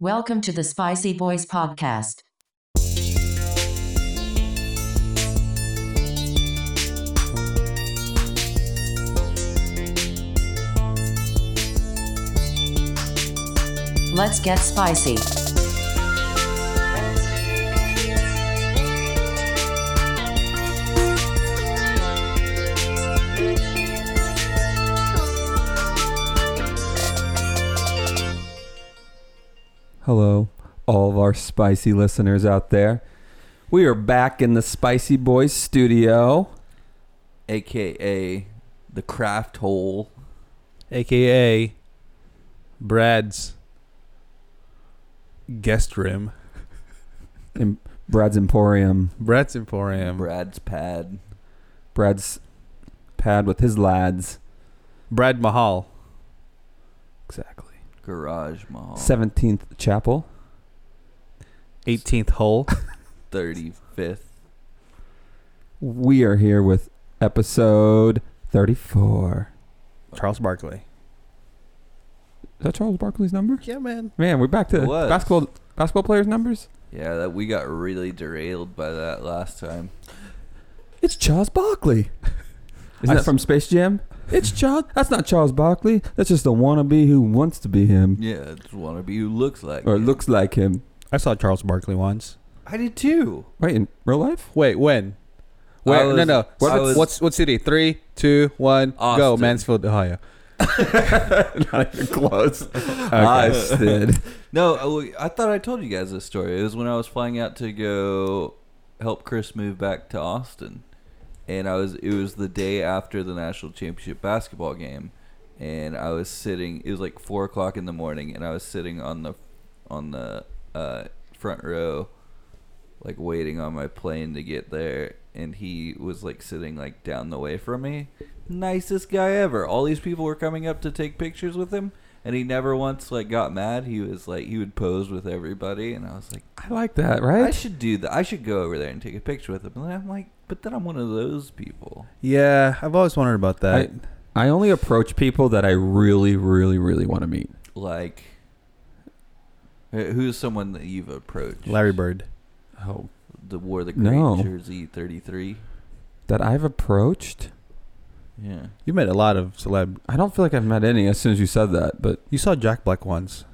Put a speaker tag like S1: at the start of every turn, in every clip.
S1: Welcome to the Spicy Boys Podcast. Let's get spicy.
S2: Hello, all of our spicy listeners out there. We are back in the Spicy Boys studio.
S3: aka the craft hole.
S4: aka Brad's guest room,
S2: In Brad's Emporium,
S4: Brad's Emporium,
S3: Brad's pad.
S2: Brad's pad with his lads.
S4: Brad Mahal.
S2: Exactly.
S3: Garage Mahal.
S2: 17th Oh. Chapel.
S4: 18th hole.
S3: 35th.
S2: We are here with episode 34.
S4: Charles Barkley.
S2: Is that Charles Barkley's number?
S4: Yeah, man.
S2: Man, we're back to
S3: It was.
S2: basketball basketball players' numbers.
S3: Yeah, that we got really derailed by that last time.
S2: It's Charles Barkley. Isn't
S4: I
S2: that
S4: s-
S2: from Space Jam? It's Charles. That's not Charles Barkley. That's just a wannabe who wants to be him
S3: Yeah, it's wannabe who looks like.
S2: or
S3: him.
S2: looks like him.
S4: I saw Charles Barkley once.
S3: I did too.
S2: Wait, in real life?
S4: Wait, when? Where?
S3: I was-
S4: no, no.
S3: I
S4: What,
S3: was-
S4: what's what city? Three, two, one, go.
S3: Austin.
S4: Mansfield, Ohio.
S2: Not even close.
S3: Austin. No, I, I thought I told you guys this story. It was when I was flying out to go help Chris move back to Austin, and I was it was the day after the national championship basketball game, and I was sitting. It was like four o'clock in the morning, and I was sitting on the on the uh, front row, like waiting on my plane to get there. And he was like sitting like down the way from me. Nicest guy ever. All these people were coming up to take pictures with him, and he never once like got mad. He was like he would pose with everybody, and I was like,
S2: I like that,
S3: I
S2: right?
S3: should do that. I should go over there and take a picture with him. And then I'm like, but then I'm one of those people.
S4: Yeah, I've always wondered about that.
S2: I only approach people that I really, really, really want to meet.
S3: Like, wh- who's someone that you've approached?
S4: Larry Bird.
S2: Oh,
S3: the wore the green
S2: No.
S3: jersey, thirty three.
S2: that I've approached?
S3: Yeah.
S4: You met a lot of celeb.
S2: I don't feel like I've met any as soon as you said that, but
S4: You saw Jack Black once.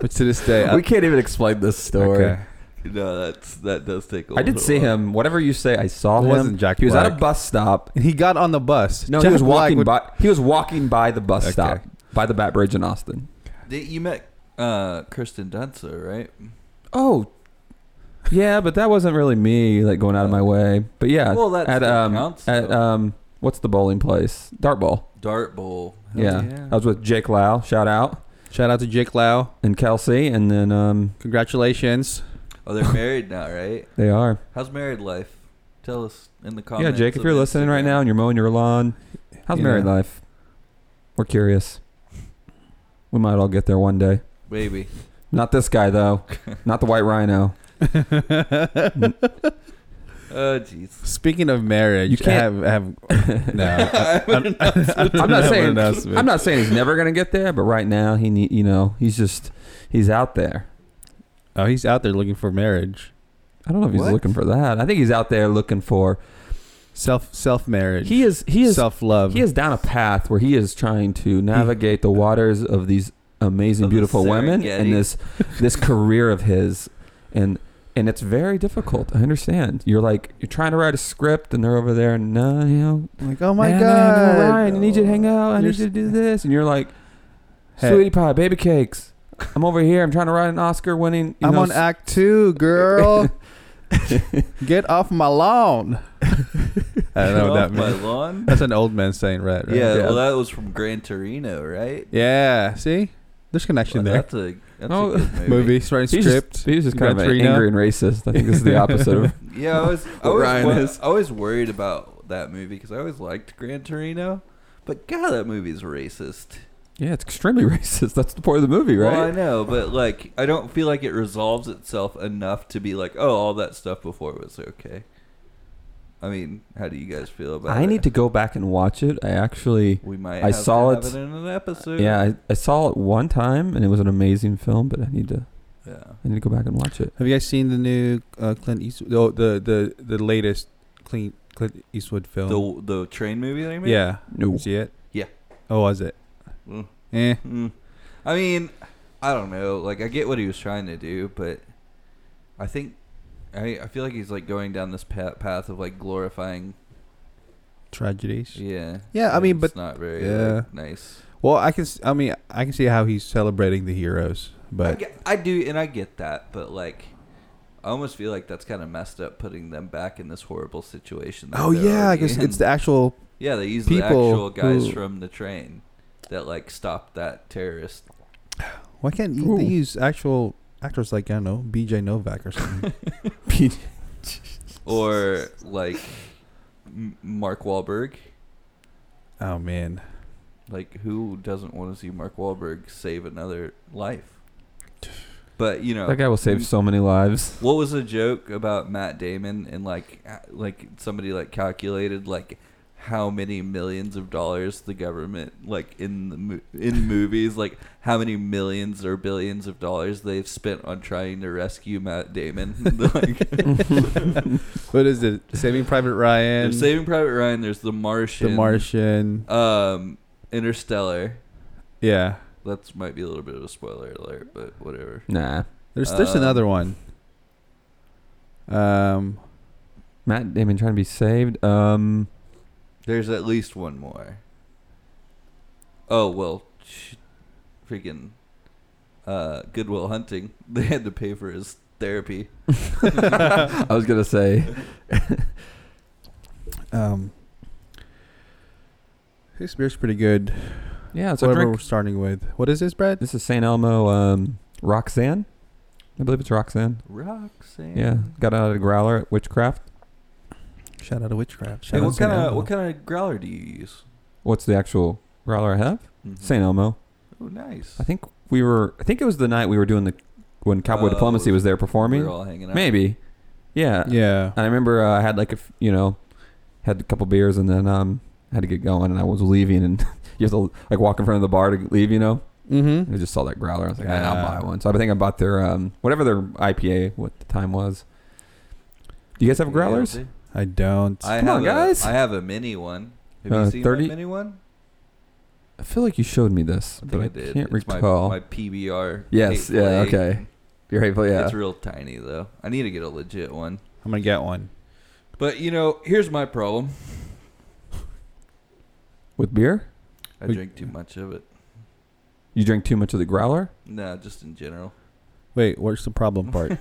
S4: Which to this day,
S2: we can't even explain this story.
S4: Okay.
S3: No, that's that does take. a
S2: I did
S3: little
S2: see
S3: while.
S2: him. Whatever you say, I saw
S4: It
S2: him.
S4: wasn't Jack
S2: he was at a
S4: Black.
S2: bus stop.
S4: And he got on the bus.
S2: No,
S4: Jack
S2: he was
S4: Black
S2: walking
S4: would-
S2: by. He was walking by the bus
S4: Okay.
S2: stop by the Bat Bridge in Austin.
S3: Did- You met uh, Kristen Dunster, right?
S2: Oh, yeah, but that wasn't really me like going out of my way. But yeah,
S3: Well, that's
S2: at
S3: what
S2: um
S3: counts,
S2: at
S3: though.
S2: um what's the bowling place? Dart Bowl.
S3: Dart Bowl. Hell
S2: Yeah. I was with Jake Lau. Shout out
S4: Shout out to Jake Lau.
S2: and Kelsey, and then um
S4: Congratulations.
S3: Oh, they're married now, right?
S2: they are.
S3: How's married life? Tell us in the comments.
S2: yeah, Jake, if
S3: of
S2: you're listening right
S3: Instagram.
S2: now and you're mowing your lawn, how's
S4: You
S2: married
S4: know.
S2: life? We're curious. We might all get there one day.
S3: baby.
S2: Not this guy though. Not the white rhino.
S3: Oh, jeez.
S4: Speaking of marriage,
S2: You can't-
S4: I have, I have no. I,
S2: I'm not saying
S4: announcement.
S2: I'm not saying he's never gonna get there, but right now he need you know he's just he's out there.
S4: oh, he's out there looking for marriage,
S2: I don't know if he's
S3: What?
S2: looking for that. I think he's out there looking for
S4: self self marriage.
S2: he is he is
S4: self love.
S2: he is down a path where he is trying to navigate the waters of these amazing,
S3: Of the
S2: beautiful women
S3: Serengeti.
S2: and this this career of his, and and it's very difficult. I understand. You're like you're trying to write a script, and they're over there, no, you know,
S4: like, oh my
S2: "Nah, nah,
S4: god,
S2: nah, Ryan, I need you to hang out. I
S4: You're
S2: need you to do this, and you're like,
S4: Hey.
S2: sweetie pie, baby cakes. I'm over here. I'm trying to write an Oscar-winning. you
S4: I'm
S2: know,
S4: on act two, girl. Get off my lawn. I don't know what that
S3: Off my
S4: means.
S3: lawn.
S4: That's an old man saying, right? right?
S3: Yeah,
S2: Yeah.
S3: well, that was from Gran Torino, right?
S4: Yeah. See, there's
S3: Well,
S4: connection there.
S3: that's a that's
S2: Oh,
S3: a good movie.
S4: Movie, writing
S2: He's
S4: script.
S2: just, he's just kind
S4: Gran
S2: of
S4: Torino.
S2: angry and racist. I think this is the opposite of
S3: Yeah, I was I was,
S2: Ryan
S3: wa-
S2: is.
S3: I was worried about that movie because I always liked Gran Torino, but God, that movie's racist.
S2: yeah. It's extremely racist. That's the point of the movie, right?
S3: Well, I know, but like, I don't feel like it resolves itself enough to be like, oh, all that stuff before was okay. I mean, how do you guys feel about it?
S2: I need to go back and watch it. I actually,
S3: We might.
S2: I
S3: have
S2: saw
S3: to
S2: it-
S3: Have it in an episode.
S2: yeah, I, I saw it one time and it was an amazing film, but I need to,
S3: Yeah.
S2: I need to go back and watch it.
S4: Have you guys seen the new uh, Clint Eastwood? Oh, the the the latest Clint Clint Eastwood film.
S3: The the train movie that I made.
S4: yeah.
S2: No,
S4: See it?
S3: Yeah.
S4: Oh, was it?
S3: Mm.
S4: Eh.
S3: Mm. I mean, I don't know. Like, I get what he was trying to do, but I think I I feel like he's like going down this pa- path of like glorifying.
S4: Tragedies.
S3: Yeah.
S4: Yeah, I
S3: and
S4: mean,
S3: it's
S4: but-
S3: not very
S4: yeah.
S3: like, nice.
S4: Well, I can. s- I mean, I can see how he's celebrating the heroes,
S3: I,
S4: but
S3: get- I do, and I get that, but like. I almost feel like that's kind of messed up, putting them back in this horrible situation. that
S4: oh
S3: they're
S4: yeah, I
S3: already
S4: guess
S3: in.
S4: it's the actual.
S3: Yeah, they use the
S4: people
S3: actual guys
S4: who-
S3: from the train that like stopped that terrorist.
S4: Why can't you-
S2: Ooh.
S4: they use actual actors like I don't know B.J. Novak or something?
S3: Or like M- Mark Wahlberg.
S4: oh man,
S3: Like who doesn't want to see Mark Wahlberg save another life? But you know,
S2: that guy will save so many lives.
S3: what was a joke about Matt Damon and like uh, like somebody like calculated like how many millions of dollars the government like in the mo- in movies like how many millions or billions of dollars they've spent on trying to rescue Matt Damon like
S4: what is it? Saving Private Ryan,
S3: there's Saving Private Ryan there's The Martian
S4: The Martian.
S3: um Interstellar
S4: Yeah,
S3: that's might be a little bit of a spoiler alert but whatever
S2: Nah,
S4: there's there's
S3: Um,
S4: another one. Um,
S2: Matt Damon trying to be saved. Um,
S3: There's at least one more. Oh well, sh- freaking uh, Goodwill Hunting. They had to pay for his therapy.
S2: I was gonna say,
S4: um, his beer's pretty good.
S2: yeah, it's a
S4: Whatever
S2: drink.
S4: we're starting with, what is this, Brad?
S2: This is St. Elmo um, Roxanne. I believe it's Roxanne.
S3: Roxanne.
S2: Yeah, got out of the growler at Witchcraft.
S4: Shout out to Witchcraft.
S3: Hey,
S4: Shout out
S3: what
S4: to
S3: kind
S4: St.
S3: of
S4: Elmo.
S3: what kind of growler do you use?
S2: What's the actual growler I have?
S3: Mhm.
S2: St. Elmo.
S3: Oh, nice.
S2: I think we were. I think it was the night we were doing the when Cowboy
S3: Oh,
S2: Diplomacy was there
S3: we
S2: performing.
S3: were all hanging out.
S2: Maybe. Yeah.
S4: Yeah.
S2: And I remember uh, I had like a f- you know had a couple beers and then um had to get going and I was leaving and you have to like walk in front of the bar to leave you know
S4: Mm-hmm.
S2: and I just saw that growler I was like "Ah, I'll
S4: Yeah.
S2: buy one so I think I bought their um whatever their IPA what the time was. Do you guys have growlers?
S3: I
S4: I don't.
S2: Come on,
S3: have a-
S2: guys.
S3: I have a mini one. Have
S2: Uh,
S3: you seen
S2: 30
S3: my mini one?
S2: I feel like you showed me this,
S3: I
S2: but
S3: think
S2: I,
S3: I did.
S2: can't
S3: it's
S2: recall.
S3: My, my PBR.
S2: yes,
S3: eight
S2: yeah,
S3: plate.
S2: okay. You're hateful, yeah.
S3: It's real tiny though. I need to get a legit one.
S4: I'm gonna get one.
S3: But you know, here's my problem.
S2: With beer,
S3: I
S4: We-
S3: drink too much of it.
S2: you drink too much of the growler.
S3: No, just in general.
S4: Wait, what's the problem part?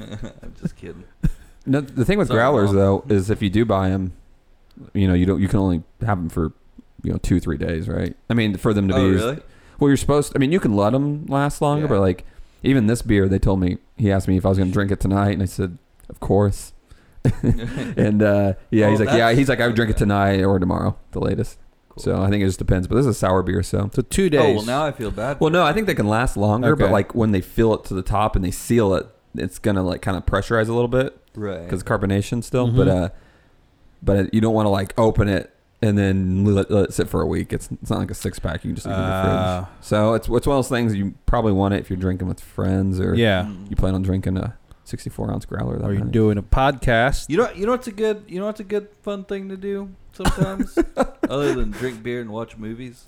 S3: I'm just kidding.
S2: No, the thing with
S3: Sorry,
S2: growlers
S3: Mom.
S2: though is if you do buy them, you know you don't you can only have them for you know two three days, right? I mean for them to be
S3: Oh,
S2: used-
S3: really?
S2: well, you're supposed. I mean you can let them last longer,
S3: Yeah.
S2: but like even this beer, they told me he asked me if I was going to drink it tonight, and I said of course. and uh, yeah,
S3: Oh,
S2: he's like yeah,
S3: that's-
S2: he's like I would drink it tonight or tomorrow, the latest.
S3: Cool.
S2: So I think it just depends. But this is a sour beer, so
S4: So two
S3: oh
S4: days.
S3: well, now I feel bad.
S2: Well, no, I think they can last longer, but
S4: Okay.
S2: like when they fill it to the top and they seal it, it's gonna like kind of pressurize a little bit
S3: right?
S2: because carbonation still.
S3: Mm-hmm.
S2: But
S4: Mhm.
S2: uh, but you don't want to like open it and then let, let it sit for a week. It's it's not like a six pack you can just leave in your
S4: Uh,
S2: fridge. So it's it's one of those things you probably want it if you're drinking with friends or
S4: yeah.
S3: Mm.
S2: you plan on drinking a 64 ounce growler. That
S4: Are you
S2: night.
S4: doing a podcast?
S3: You know, you know what's a good, you know what's a good fun thing to do sometimes, other than drink beer and watch movies.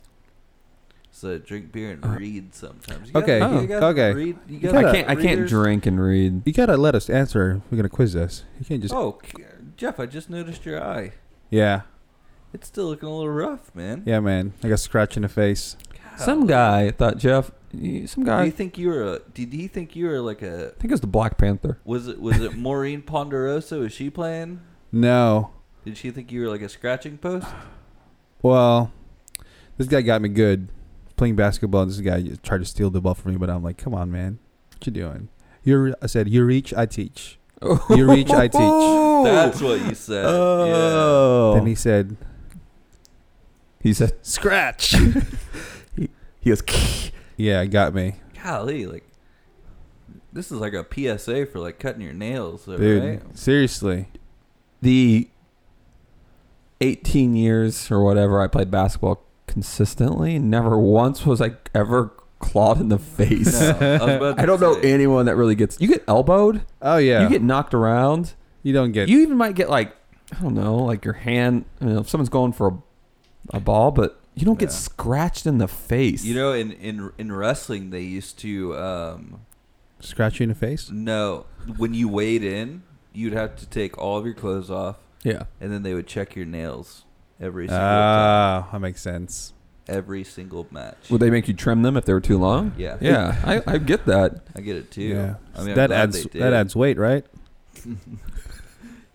S3: So drink beer and
S2: Uh,
S3: read sometimes. You
S4: okay,
S2: Oh,
S3: you gotta
S4: okay.
S3: Read, you
S4: You
S3: gotta
S2: I
S4: gotta-
S2: can't I can't
S3: readers-
S2: drink and read.
S4: You gotta let us answer. We're gonna quiz us. You can't just.
S3: Oh, c- Jeff, I just noticed your eye.
S4: Yeah,
S3: It's still looking a little rough, man.
S4: yeah, man. I got a scratch in the face.
S2: Some guy thought Jeff. you- Some guy.
S3: Do
S2: I
S3: you think you were a? Did he think you were like a
S2: think it was the Black Panther.
S3: Was it was it Maureen Ponderosa? Was she playing?
S4: No.
S3: Did she think you were like a scratching post?
S4: Well, this guy got me good playing basketball. And this guy just tried to steal the ball from me, but I'm like, come on, man. What you doing? You, I said, you reach, I teach. You reach, I teach.
S3: That's what you said.
S4: Uh.
S2: Oh.
S4: Then he said,
S2: He said
S4: scratch.
S2: he goes.
S4: yeah, got me,
S3: yeah. Golly, like this is like a PSA for like cutting your nails, though,
S4: dude.
S3: right?
S4: Seriously.
S2: the 18 years or whatever I played basketball consistently, never once was I ever clawed in the face.
S3: No, I, was about to
S2: I don't know
S3: say,
S2: anyone that really gets. You get elbowed.
S4: Oh yeah.
S2: You get knocked around.
S4: You don't get.
S2: You even might get like I don't know, like your hand. You know, if someone's going for a, a ball, but you don't get
S3: Yeah.
S2: scratched in the face.
S3: You know, in in in wrestling, they used to um,
S4: scratch you in the face.
S3: no when you weighed in, you'd have to take all of your clothes off,
S2: Yeah.
S3: and then they would check your nails every single time,
S4: Ah, that makes sense.
S3: every single match.
S2: Would they make you trim them if they were too long?
S3: Yeah.
S2: Yeah, I, I get that.
S3: I get it too.
S4: Yeah.
S3: I mean, I'm
S4: that
S3: glad
S4: adds
S3: they did.
S4: that adds weight, right?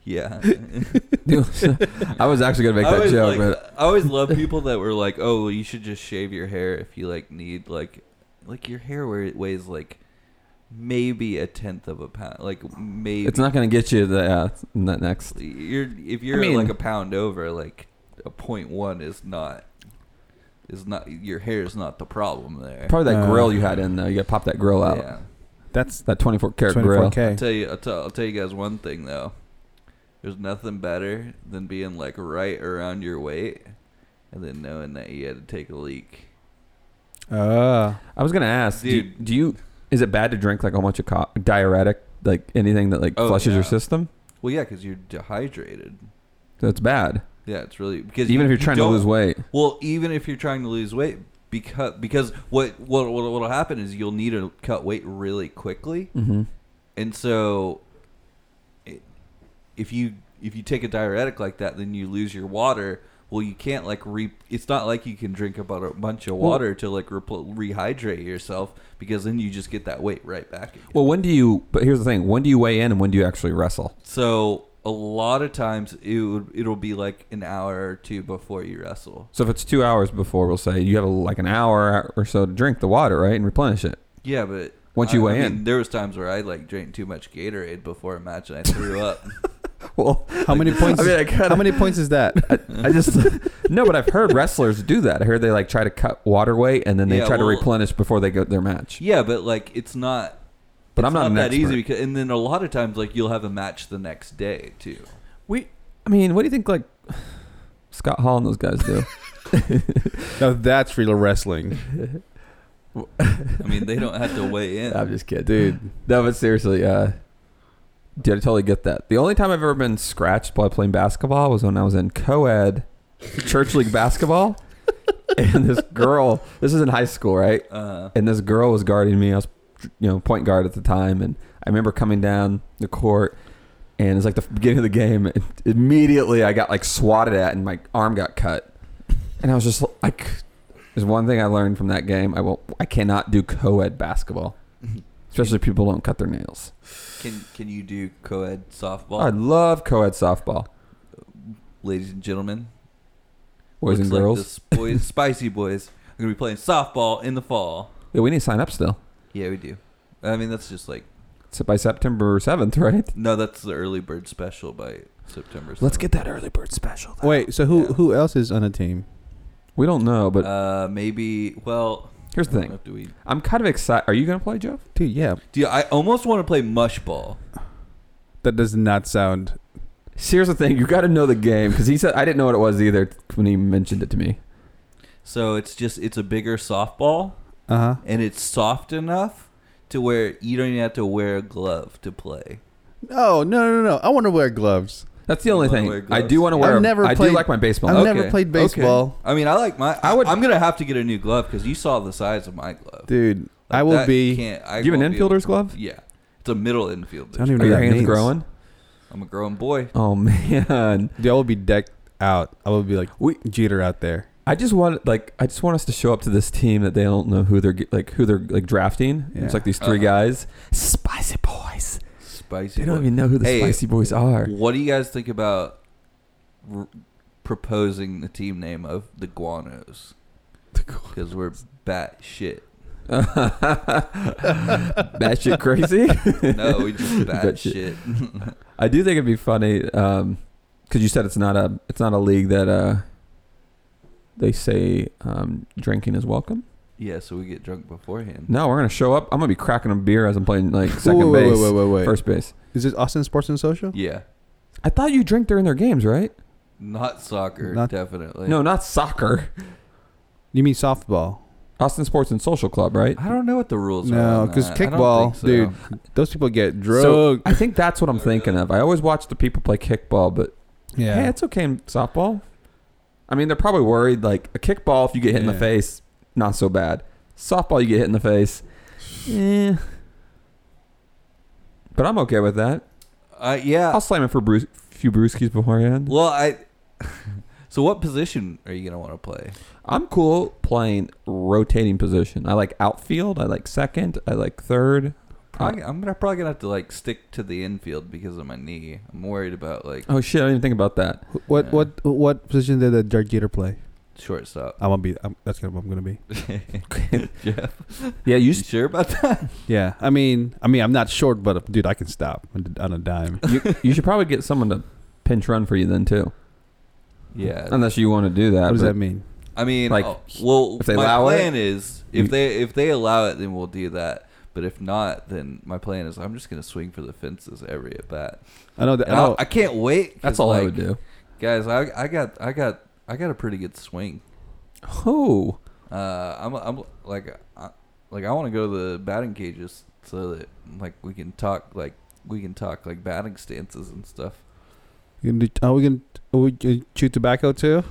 S3: Yeah,
S2: I was actually gonna make
S3: I
S2: that
S3: always,
S2: joke,
S3: like-
S2: but
S3: I always love people that were like, "Oh, well, you should just shave your hair if you like need like, like your hair where it weighs like maybe a tenth of a pound, like maybe
S2: it's not gonna get you the uh, that next.
S3: You're if you're
S2: mean-
S3: like a pound over, like a point one is not is not your hair is not the problem there.
S2: Probably that
S4: Uh,
S2: grill you had in though. You got to pop that grill out.
S3: Yeah.
S4: That's
S2: That 24 karat grill.
S4: 24k.
S3: I'll tell you, I'll, tell, I'll tell you guys one thing though. There's nothing better than being like right around your weight, and then knowing that you had to take a leak.
S4: Ah,
S2: I was gonna ask, do,
S3: Dude.
S2: do you is it bad to drink like a bunch of co- diuretic, like anything that like
S3: Oh,
S2: flushes your
S3: yeah.
S2: system?
S3: Well, yeah, because you're dehydrated.
S2: That's bad.
S3: Yeah, it's really because
S2: Even if
S3: you-
S2: you're
S3: you
S2: trying to
S3: don't-
S2: lose weight.
S3: Well, even if you're trying to lose weight, because because what what what will happen is you'll need to cut weight really quickly,
S2: Mm-hmm.
S3: and so it, if you if you take a diuretic like that, then you lose your water. Well, you can't like re. It's not like you can drink about a bunch of
S2: Well-
S3: water to like repl- rehydrate yourself because then you just get that weight right back. Again.
S2: Well, when do you? But here's the thing: when do you weigh in and when do you actually wrestle?
S3: so a lot of times it would, it'll be like an hour or two before you wrestle.
S2: So if it's two hours before, we'll say you have like an hour or so to drink the water, right, and replenish it.
S3: Yeah, but
S2: Once you
S3: I- I
S2: weigh
S3: mean,
S2: in.
S3: there was times where I like drank too much Gatorade before a match and I threw up.
S2: Well,
S4: how many points?
S2: I mean, I
S4: how many points is that?
S2: I just no, but I've heard wrestlers do that. I heard they like try to cut water weight and then they
S3: Yeah,
S2: try to
S3: well-
S2: replenish before they go their match.
S3: yeah, but like it's not.
S2: But I'm
S3: it's
S2: not an
S3: that easy
S2: expert.
S3: because, and then a lot of times like you'll have a match the next day too.
S2: We, I mean, what do you think? Like Scott Hall and those guys do.
S4: now that's real wrestling,
S3: I mean, they don't have to weigh in.
S2: I'm just kidding, dude. No, but seriously, uh, dude, I totally get that. The only time I've ever been scratched while playing basketball was when I was in co-ed church league basketball, and this girl. This is in high school, right?
S3: uh,
S2: and this girl was guarding me. I was, you know, point guard at the time, and I remember coming down the court, and it's like the beginning of the game. And immediately, I got like swatted at, and my arm got cut, and I was just like, "There's one thing I learned from that game. I will, I cannot do co-ed basketball, especially if people don't cut their nails.
S3: can can you do co-ed softball,
S2: I love co-ed softball,
S3: ladies and gentlemen?
S2: boys
S3: Looks
S2: and
S3: like
S2: girls.
S3: this boys, spicy boys are gonna be playing softball in the fall.
S2: yeah, we need to sign up still.
S3: Yeah, we do. I mean, that's just like
S2: It's by September seventh, right?
S3: no, that's the early bird special by September.
S2: Let's
S3: 7th.
S2: get that early bird special. though.
S4: Wait, so who
S3: Yeah.
S4: who else is on a team?
S2: we don't know, but
S3: uh, maybe. Well,
S2: here's the
S3: I don't know
S2: thing.
S3: if do we
S2: I'm kind of excited. Are you gonna play, Jeff?
S4: Dude, yeah,
S3: Dude, I almost want to play mush ball.
S4: that does not sound.
S2: See, Here's the thing: you got to know the game because he said I didn't know what it was either when he mentioned it to me.
S3: So it's just it's a bigger softball,
S4: Uh huh.
S3: and it's soft enough to where you don't even have to wear a glove to play.
S4: No, no, no, no. I want to wear gloves.
S2: That's the
S3: You
S2: only
S3: wanna wear
S2: thing I
S3: gloves?
S2: do want to
S4: I've
S2: wear.
S4: never
S2: I do
S4: played-
S2: like my baseball.
S4: I've
S2: Okay.
S4: never played baseball,
S3: I mean, I like my. I
S2: I
S3: would.
S2: would-
S3: I'm gonna have to get a new glove because you saw the size of my glove.
S4: dude.
S3: Like,
S4: I will
S3: that
S4: be.
S3: Can't, I
S2: Do you have an
S3: won't be able-
S2: infielder's glove?
S3: Yeah, it's a middle
S4: I don't
S3: infielder.
S4: even know
S2: Are
S4: what
S2: your
S4: that
S2: hands
S4: means.
S2: growing?
S3: I'm a grown boy.
S2: Oh man,
S4: Dude, I will be decked out. I will be like
S2: we.
S4: Jeter out there.
S2: I just want like I just want us to show up to this team that they don't know who they're ge- like who they're like drafting.
S4: Yeah.
S2: It's like these 3
S3: Uh-huh.
S2: guys, spicy boys.
S3: Spicy.
S2: They don't
S3: boy.
S2: even know who the
S3: Hey.
S2: spicy boys are.
S3: What do you guys think about r- proposing the team name of the Guanos? Because we're bat shit.
S2: that shit crazy.
S3: No, we just bat
S2: Bat shit.
S3: shit.
S2: I do think it'd be funny because you said it's not a it's not a league that uh, they say um, drinking is welcome.
S3: Yeah, so we get drunk beforehand.
S2: No, we're gonna show up. I'm gonna be cracking a beer as I'm playing like second
S4: wait,
S2: base,
S4: Wait, wait, wait, wait.
S2: first base.
S4: Is this Austin Sports and Social?
S3: Yeah.
S2: I thought you drink during their games, right?
S3: Not soccer,
S4: Not-
S3: definitely.
S2: No, not soccer.
S4: You mean softball?
S2: Austin Sports and Social Club, right?
S3: I don't know what the rules are.
S4: No,
S3: on
S4: because
S3: that. I don't
S4: kickball,
S3: think so.
S4: dude, those people get
S2: So
S4: drugged.
S2: I think that's what I'm thinking of. I always watch the people play kickball, but
S4: yeah.
S2: hey, it's okay in softball. I mean, they're probably worried like a kickball, if you get hit in the
S4: Yeah.
S2: face, not so bad. Softball, you get hit in the face. Eh. But I'm okay with that.
S3: Uh, yeah.
S2: I'll slam it for Bruce, few brewskis beforehand.
S3: Well, I. So, what position are you gonna want to play?
S2: I'm cool playing rotating position. I like outfield. I like second. I like third.
S3: Probably,
S2: Uh,
S3: I'm gonna probably gonna have to like stick to the infield because of my knee. I'm worried about like
S2: Oh shit! I didn't even think about that.
S4: what
S3: Yeah.
S4: what what position did the Dirk Jeter play?
S3: shortstop.
S4: I'm gonna be. I'm, that's gonna. I'm gonna be.
S3: Jeff,
S2: Yeah,
S3: you
S2: you
S3: sure about that?
S4: Yeah. I mean. I mean. I'm not short, but uh, dude, I can stop on a dime.
S2: you, you should probably get someone to pinch run for you then too,
S3: Yeah.
S2: unless you want to do that.
S4: What does
S2: but-
S4: that mean?
S3: I mean,
S2: Like,
S3: like, well,
S2: if they
S3: my
S2: allow it,
S3: plan is if
S2: you-
S3: they if they allow it, then we'll do that. But if not, then my plan is I'm just gonna swing for the fences every at bat.
S4: I know that.
S3: And
S4: I
S3: I'll-
S4: know,
S3: I can't
S2: Oh.
S3: wait. 'cause,
S2: That's all I
S3: like,
S2: would do.
S3: guys. I I got I got I got a pretty good swing.
S2: Oh,
S3: Uh, I'm I'm like I, like I want to go to the batting cages so that like we can talk like we can talk like batting stances and stuff.
S4: You gonna do- are we gonna are we gonna chew tobacco too?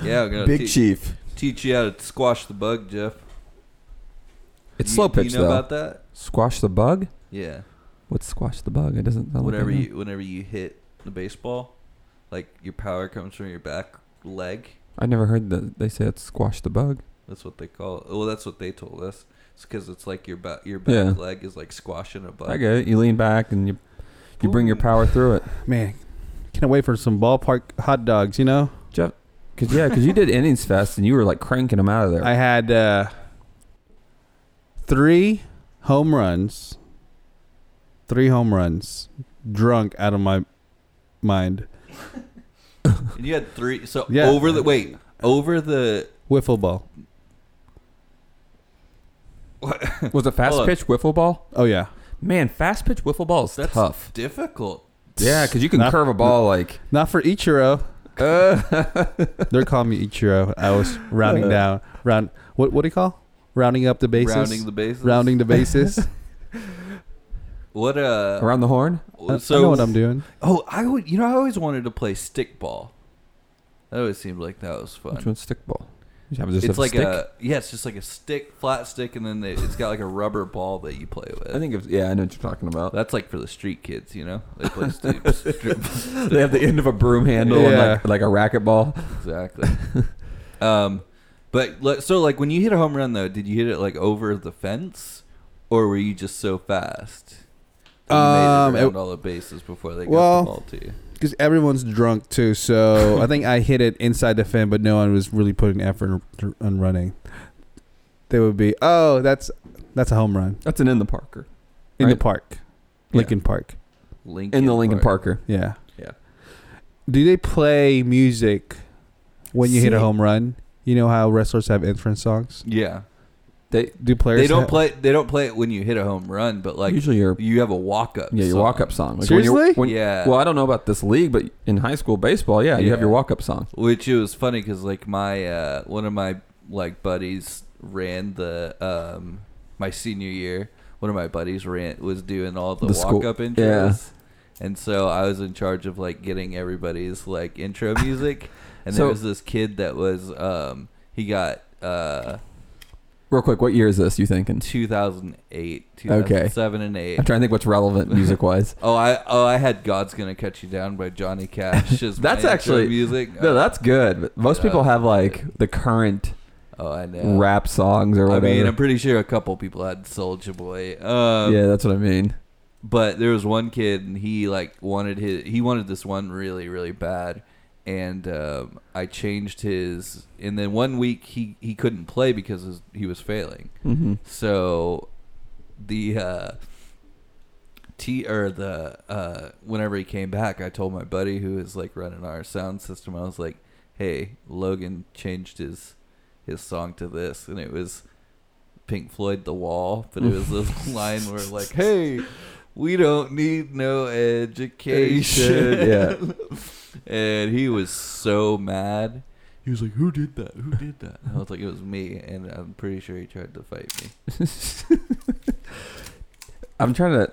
S3: Yeah, we're gonna
S2: Big
S3: te-
S2: Chief.
S3: teach you how to squash the bug, Jeff.
S2: It's
S3: You-
S2: slow pitch
S3: Do you know
S2: though.
S3: about that?
S2: Squash the bug.
S3: Yeah.
S2: What's squash the bug? It doesn't. sound like
S3: whenever
S2: I know.
S3: you whenever you hit the baseball, like your power comes from your back leg.
S2: I never heard that they say it's squash the bug.
S3: That's what they call. It. Well, that's what they told us. It's because it's like your back your back
S2: Yeah.
S3: leg is like squashing a bug.
S2: I get it. You lean back and you you bring your
S3: Ooh.
S2: power through it.
S4: Man, can't wait for some ballpark hot dogs. You know,
S2: Jeff, because yeah, because you did innings fest and you were like cranking them out of there.
S4: I had uh, three home runs, three home runs, drunk out of my mind.
S3: And you had three. So
S4: Yeah.
S3: over the wait over the
S4: Wiffle ball.
S2: was it fast
S3: Hold on.
S2: pitch wiffle ball?
S4: Oh yeah,
S2: Man, fast pitch wiffle ball is
S3: That's
S2: tough.
S3: difficult.
S2: Yeah, because you can
S4: Not-
S2: curve a ball like.
S4: not for Ichiro.
S2: Uh,
S4: They're calling me Ichiro. I was rounding down. Round. What what do you call? Rounding up the bases.
S3: Rounding the bases.
S4: Rounding the bases.
S3: What uh?
S2: around the horn.
S4: so, I know what I'm doing.
S3: Oh, I would. You know, I always wanted to play stickball. That always seemed like that was fun.
S2: Which one's stick ball? You have just
S3: It's
S2: a
S3: like
S2: stick?
S3: a yeah, it's just like a stick, flat stick, and then they, it's got like a rubber ball that you play with.
S2: I think it's yeah, I know what you're talking about.
S3: Oh, that's like for the street kids, you know. They play stoops.
S2: they have the end of a broom handle and
S4: Yeah.
S2: like, like a racquet ball.
S3: exactly. Um, but like, so like when you hit a home run though, did you hit it like over the fence, or were you just so fast? that
S4: Um,
S3: you made it
S4: it-
S3: around all the bases before they got
S4: Well,
S3: the ball to you.
S4: Because everyone's drunk too, so I think I hit it inside the fin, but no one was really putting effort on running. They would be, oh, that's that's a home run
S2: That's an in the Parker.
S4: in the
S2: Right.
S4: park,
S2: Yeah.
S4: Lincoln Park.
S3: Lincoln
S2: In the Lincoln
S3: Park.
S2: Parker.
S4: Yeah,
S2: Yeah.
S4: Do they play music when you hit a
S2: See-
S4: home run? You know how wrestlers have entrance songs.
S3: Yeah,
S2: They
S4: Do players?
S3: they don't
S4: have-
S3: play. They don't play it when you hit a home run, but like
S2: usually your
S3: you have a walk up.
S2: yeah your walk up song. Like, when you're-
S4: Seriously?
S2: when-
S3: yeah.
S2: Well, I don't know about this league, but in high school baseball, yeah, you have
S3: Yeah.
S2: your walk up song.
S3: Which it was funny because like my uh, one of my like buddies ran the um, my senior year. One of my buddies ran was doing all the,
S2: The school-
S3: walk up intros, and so I was in charge of like getting everybody's like intro music. And
S2: So-
S3: there was this kid that was um, he got uh,
S2: Real quick, what year is this? You thinking?
S3: 2008,
S2: Okay.
S3: 2007, and eight.
S2: I'm trying to think what's relevant music wise.
S3: Oh, I oh I had "God's Gonna Cut You Down" by Johnny Cash. as my
S2: That's
S3: intro
S2: actually-
S3: music.
S2: No, that's good. But most
S3: Yeah.
S2: people have like the current
S3: oh, I know.
S2: rap songs or
S3: I
S2: whatever.
S3: mean, I'm pretty sure a couple people had Soulja Boy. Um,
S2: yeah, that's what I mean.
S3: But there was one kid, and he like wanted his. He wanted this one really, really bad, and um, I changed his. And then one week he he couldn't play because his, he was failing.
S2: hmm
S3: So the uh, t or the uh, whenever he came back, I told my buddy who is like running our sound system. I was like, "Hey, Logan changed his his song to this, and it was Pink Floyd, The Wall, but it was this line where like, hey." We don't need no education.
S2: yeah.
S3: and he was so mad. He was like, "Who did that? Who did that?" And I was like, "It was me," and I'm pretty sure he tried to fight me.
S2: Mm-hmm. I'm trying to.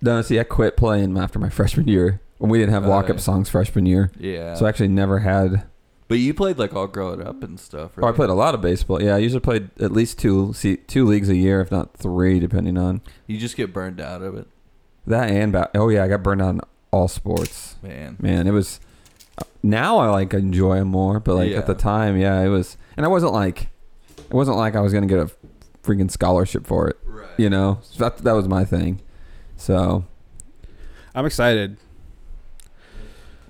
S2: No, see, I quit playing after my freshman year when we didn't have
S3: Oh,
S2: walk up
S3: yeah.
S2: songs freshman year.
S3: Yeah.
S2: So I actually never had.
S3: but you played like all growing up and stuff, right?
S2: Oh, I played a lot of baseball. Yeah, I usually played at least two see, two leagues a year, if not three, depending on
S3: You just get burned out of it,
S2: that and ba- oh yeah, I got burned out in all sports.
S3: man.
S2: Man, it was. Now I like enjoy 'em more, but like
S3: Yeah.
S2: at the time, yeah, it was. And I wasn't like, it wasn't like I was gonna get a freaking scholarship for it,
S3: Right.
S2: you know. So that that was my thing. So
S4: I'm excited.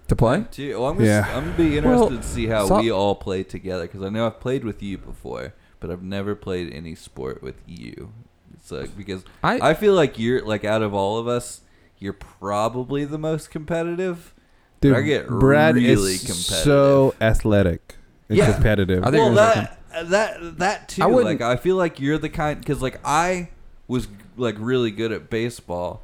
S2: to play,
S3: Gee, well, I'm gonna,
S4: Yeah.
S3: I'm gonna be interested
S2: Well,
S3: to see how
S2: so-
S3: we all play together because I know I've played with you before, but I've never played any sport with you. It's like because
S2: I,
S3: I, feel like you're like out of all of us, you're probably the most competitive.
S4: Dude,
S3: I get
S4: Brad
S3: really
S4: is
S3: competitive.
S4: so athletic and
S3: Yeah.
S4: competitive.
S2: I think
S3: well,
S2: it was
S3: that that that too.
S2: I wouldn't-
S3: like I feel like you're the kind because like I was like really good at baseball,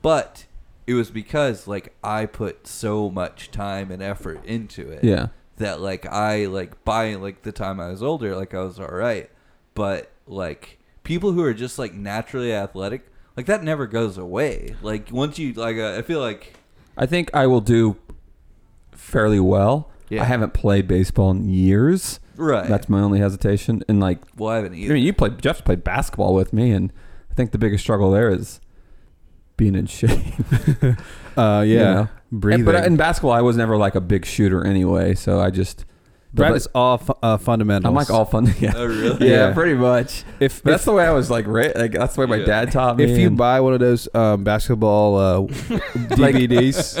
S3: but it was because like I put so much time and effort into it.
S2: yeah.
S3: that like I like by like the time I was older, like I was all right. But like people who are just like naturally athletic, like that never goes away. Like once you like, uh, I feel like
S2: I think I will do fairly well.
S3: Yeah.
S2: I haven't played baseball in years.
S3: right.
S2: That's my only hesitation. And like,
S3: well, I haven't
S2: I
S3: either.
S2: mean, you played Jeff's played basketball with me, and I think the biggest struggle there is being in shape.
S4: uh, yeah,
S2: you know?
S4: breathing.
S2: And- but in basketball, I was never like a big shooter anyway, so I just.
S4: Brad
S2: but-
S4: is all fu- uh, fundamentals.
S2: I'm like all fun. Yeah,
S3: Oh, really?
S2: yeah,
S4: Yeah.
S2: pretty much.
S4: If
S2: That's the way I was like. Ra- like that's the way my
S3: Yeah.
S2: dad taught me.
S4: if you
S2: and-
S4: buy one of those um, basketball uh, DVDs,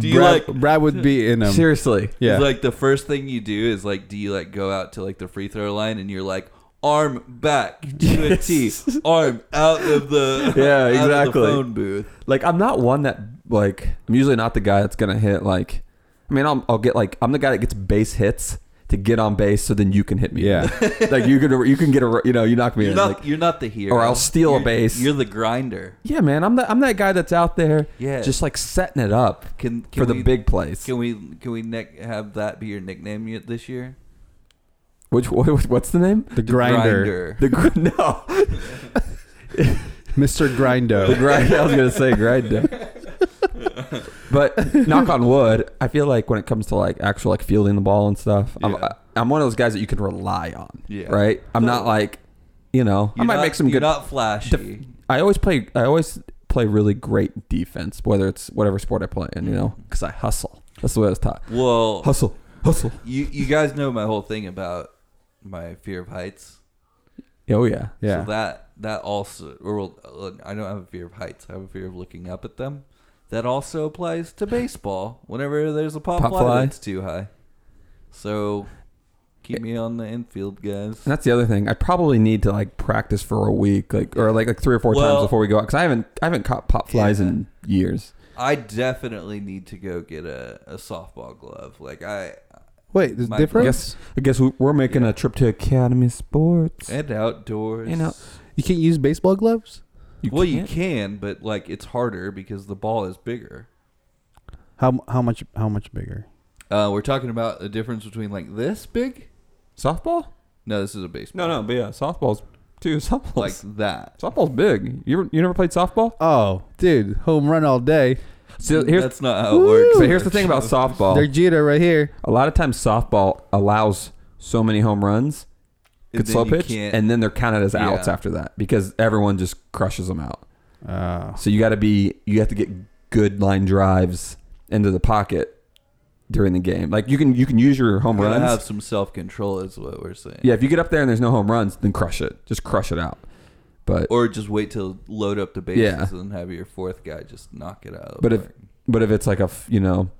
S3: Do you
S4: Brad,
S3: like-
S4: Brad would be in um, them.
S2: seriously,
S4: Yeah,
S3: It's like the first thing you do is like, do you like go out to like the free throw line and you're like arm back to a T, arm out of the
S2: Yeah,
S3: out of the
S2: exactly.
S3: phone booth.
S2: like I'm not one that like I'm usually not the guy that's gonna hit like I mean I'll, I'll get like I'm the guy that gets base hits to get on base so then you can hit me
S4: yeah.
S2: like you can you can get a you know you knock me
S3: You're
S2: in
S3: not
S2: like
S3: you're not the hero.
S2: or I'll steal a
S3: You're-
S2: base.
S3: You're the grinder.
S2: yeah man I'm that I'm that guy that's out there
S3: Yeah.
S2: just like setting it up
S3: Can, can
S2: for the
S3: we-
S2: big plays
S3: Can we can we ne- have that be your nickname y- this year?
S2: which what, what's the name
S4: The grinder,
S2: the gr- no
S4: Mr.
S2: the
S4: Grindo.
S2: grind I was gonna say grind but knock on wood I feel like when it comes to like actual like fielding the ball and stuff I'm,
S3: Yeah.
S2: I, I'm one of those guys that you can rely on
S3: Yeah.
S2: right I'm not like you know I
S3: You're
S2: might
S3: not-
S2: make some
S3: You're
S2: good
S3: not flashy.
S2: Def- I always play. I always play really great defense, whether it's whatever sport I play in. You know, because I hustle. That's the way I was taught.
S3: well,
S2: Hustle, hustle.
S3: you you guys know my whole thing about my fear of heights.
S2: Oh yeah.
S4: Yeah.
S3: So that that also, or well, I don't have a fear of heights. I have a fear of looking up at them. That also applies to baseball. Whenever there's a pop,
S2: Pop
S3: fly,
S2: fly.
S3: that's too high, so keep me on the infield, guys.
S2: And that's the other thing. I probably need to like practice for a week, like or like like three or four times
S3: Well-
S2: before we go out, because I haven't I haven't caught pop flies in years.
S3: I definitely need to go get a, a softball glove. Like I
S4: Wait, there's
S3: My-
S2: I
S4: difference.
S2: guess I guess we- we're making a trip to Academy Sports.
S3: and outdoors.
S2: You know,
S4: You can't use baseball gloves.
S2: You
S3: well, you
S2: can't-
S3: can, but like it's harder because the ball is bigger.
S4: How how much how much bigger?
S3: Uh, we're talking about the difference between like this big.
S2: softball?
S3: No, this is a baseball.
S2: No, no, but yeah, softballs too. Softballs.
S3: like that.
S2: softball's big. You ever, you never played softball?
S4: Oh, dude, home run all day.
S2: So here's
S3: That's not how it works.
S2: so here's the thing about softball.
S4: They're Jeter right here.
S2: A lot of times, softball allows so many home runs,
S3: And
S2: good slow
S3: then you
S2: pitch,
S3: can't-
S2: and then they're counted as outs
S3: Yeah.
S2: after that because everyone just crushes them out.
S4: Oh,
S2: So you got to be, you have to get good line drives into the pocket during the game. Like you can, you can use your home
S3: you gotta
S2: runs.
S3: have some self control, is what we're saying.
S2: yeah, if you get up there and there's no home runs, then crush it. Just crush it out. But
S3: Or just wait till load up the bases
S2: Yeah.
S3: and have your fourth guy just knock it out. Of
S2: But
S3: the
S2: if-
S3: park.
S2: But if it's like a, f- you know,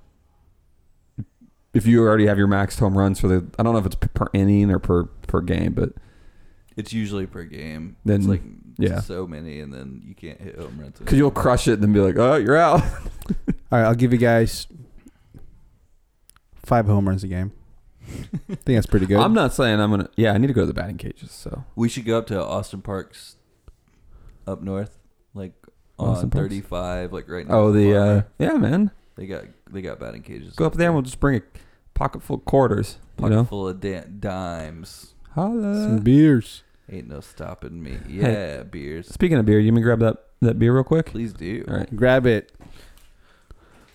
S2: if you already have your maxed home runs for the, I don't know if it's p- per inning or per per game, but
S3: it's usually per game,
S2: Then-
S3: it's like
S2: yeah.
S3: so many, and then you can't hit home runs.
S2: because you'll crush it and then be like, oh, you're out.
S4: all right. I'll give you guys five home runs a game. I think that's pretty good.
S2: I'm not saying I'm gonna. Yeah, I need to go to the batting cages. So
S3: We should go up to Austin Parks, up north, like
S2: Austin
S3: on
S2: Parks?
S3: 35, like right now.
S2: Oh, the uh,
S3: Palmer.
S2: yeah, man,
S3: they got they got batting cages.
S2: go up there and we'll just bring a pocket full of quarters. You
S3: Pocket
S2: know,
S3: full of da- dimes.
S2: holla.
S4: Some beers.
S3: Ain't no stopping me. Yeah, beers.
S2: Speaking of beer, you mean grab that that beer real quick?
S3: Please do.
S2: All right.
S4: Grab it.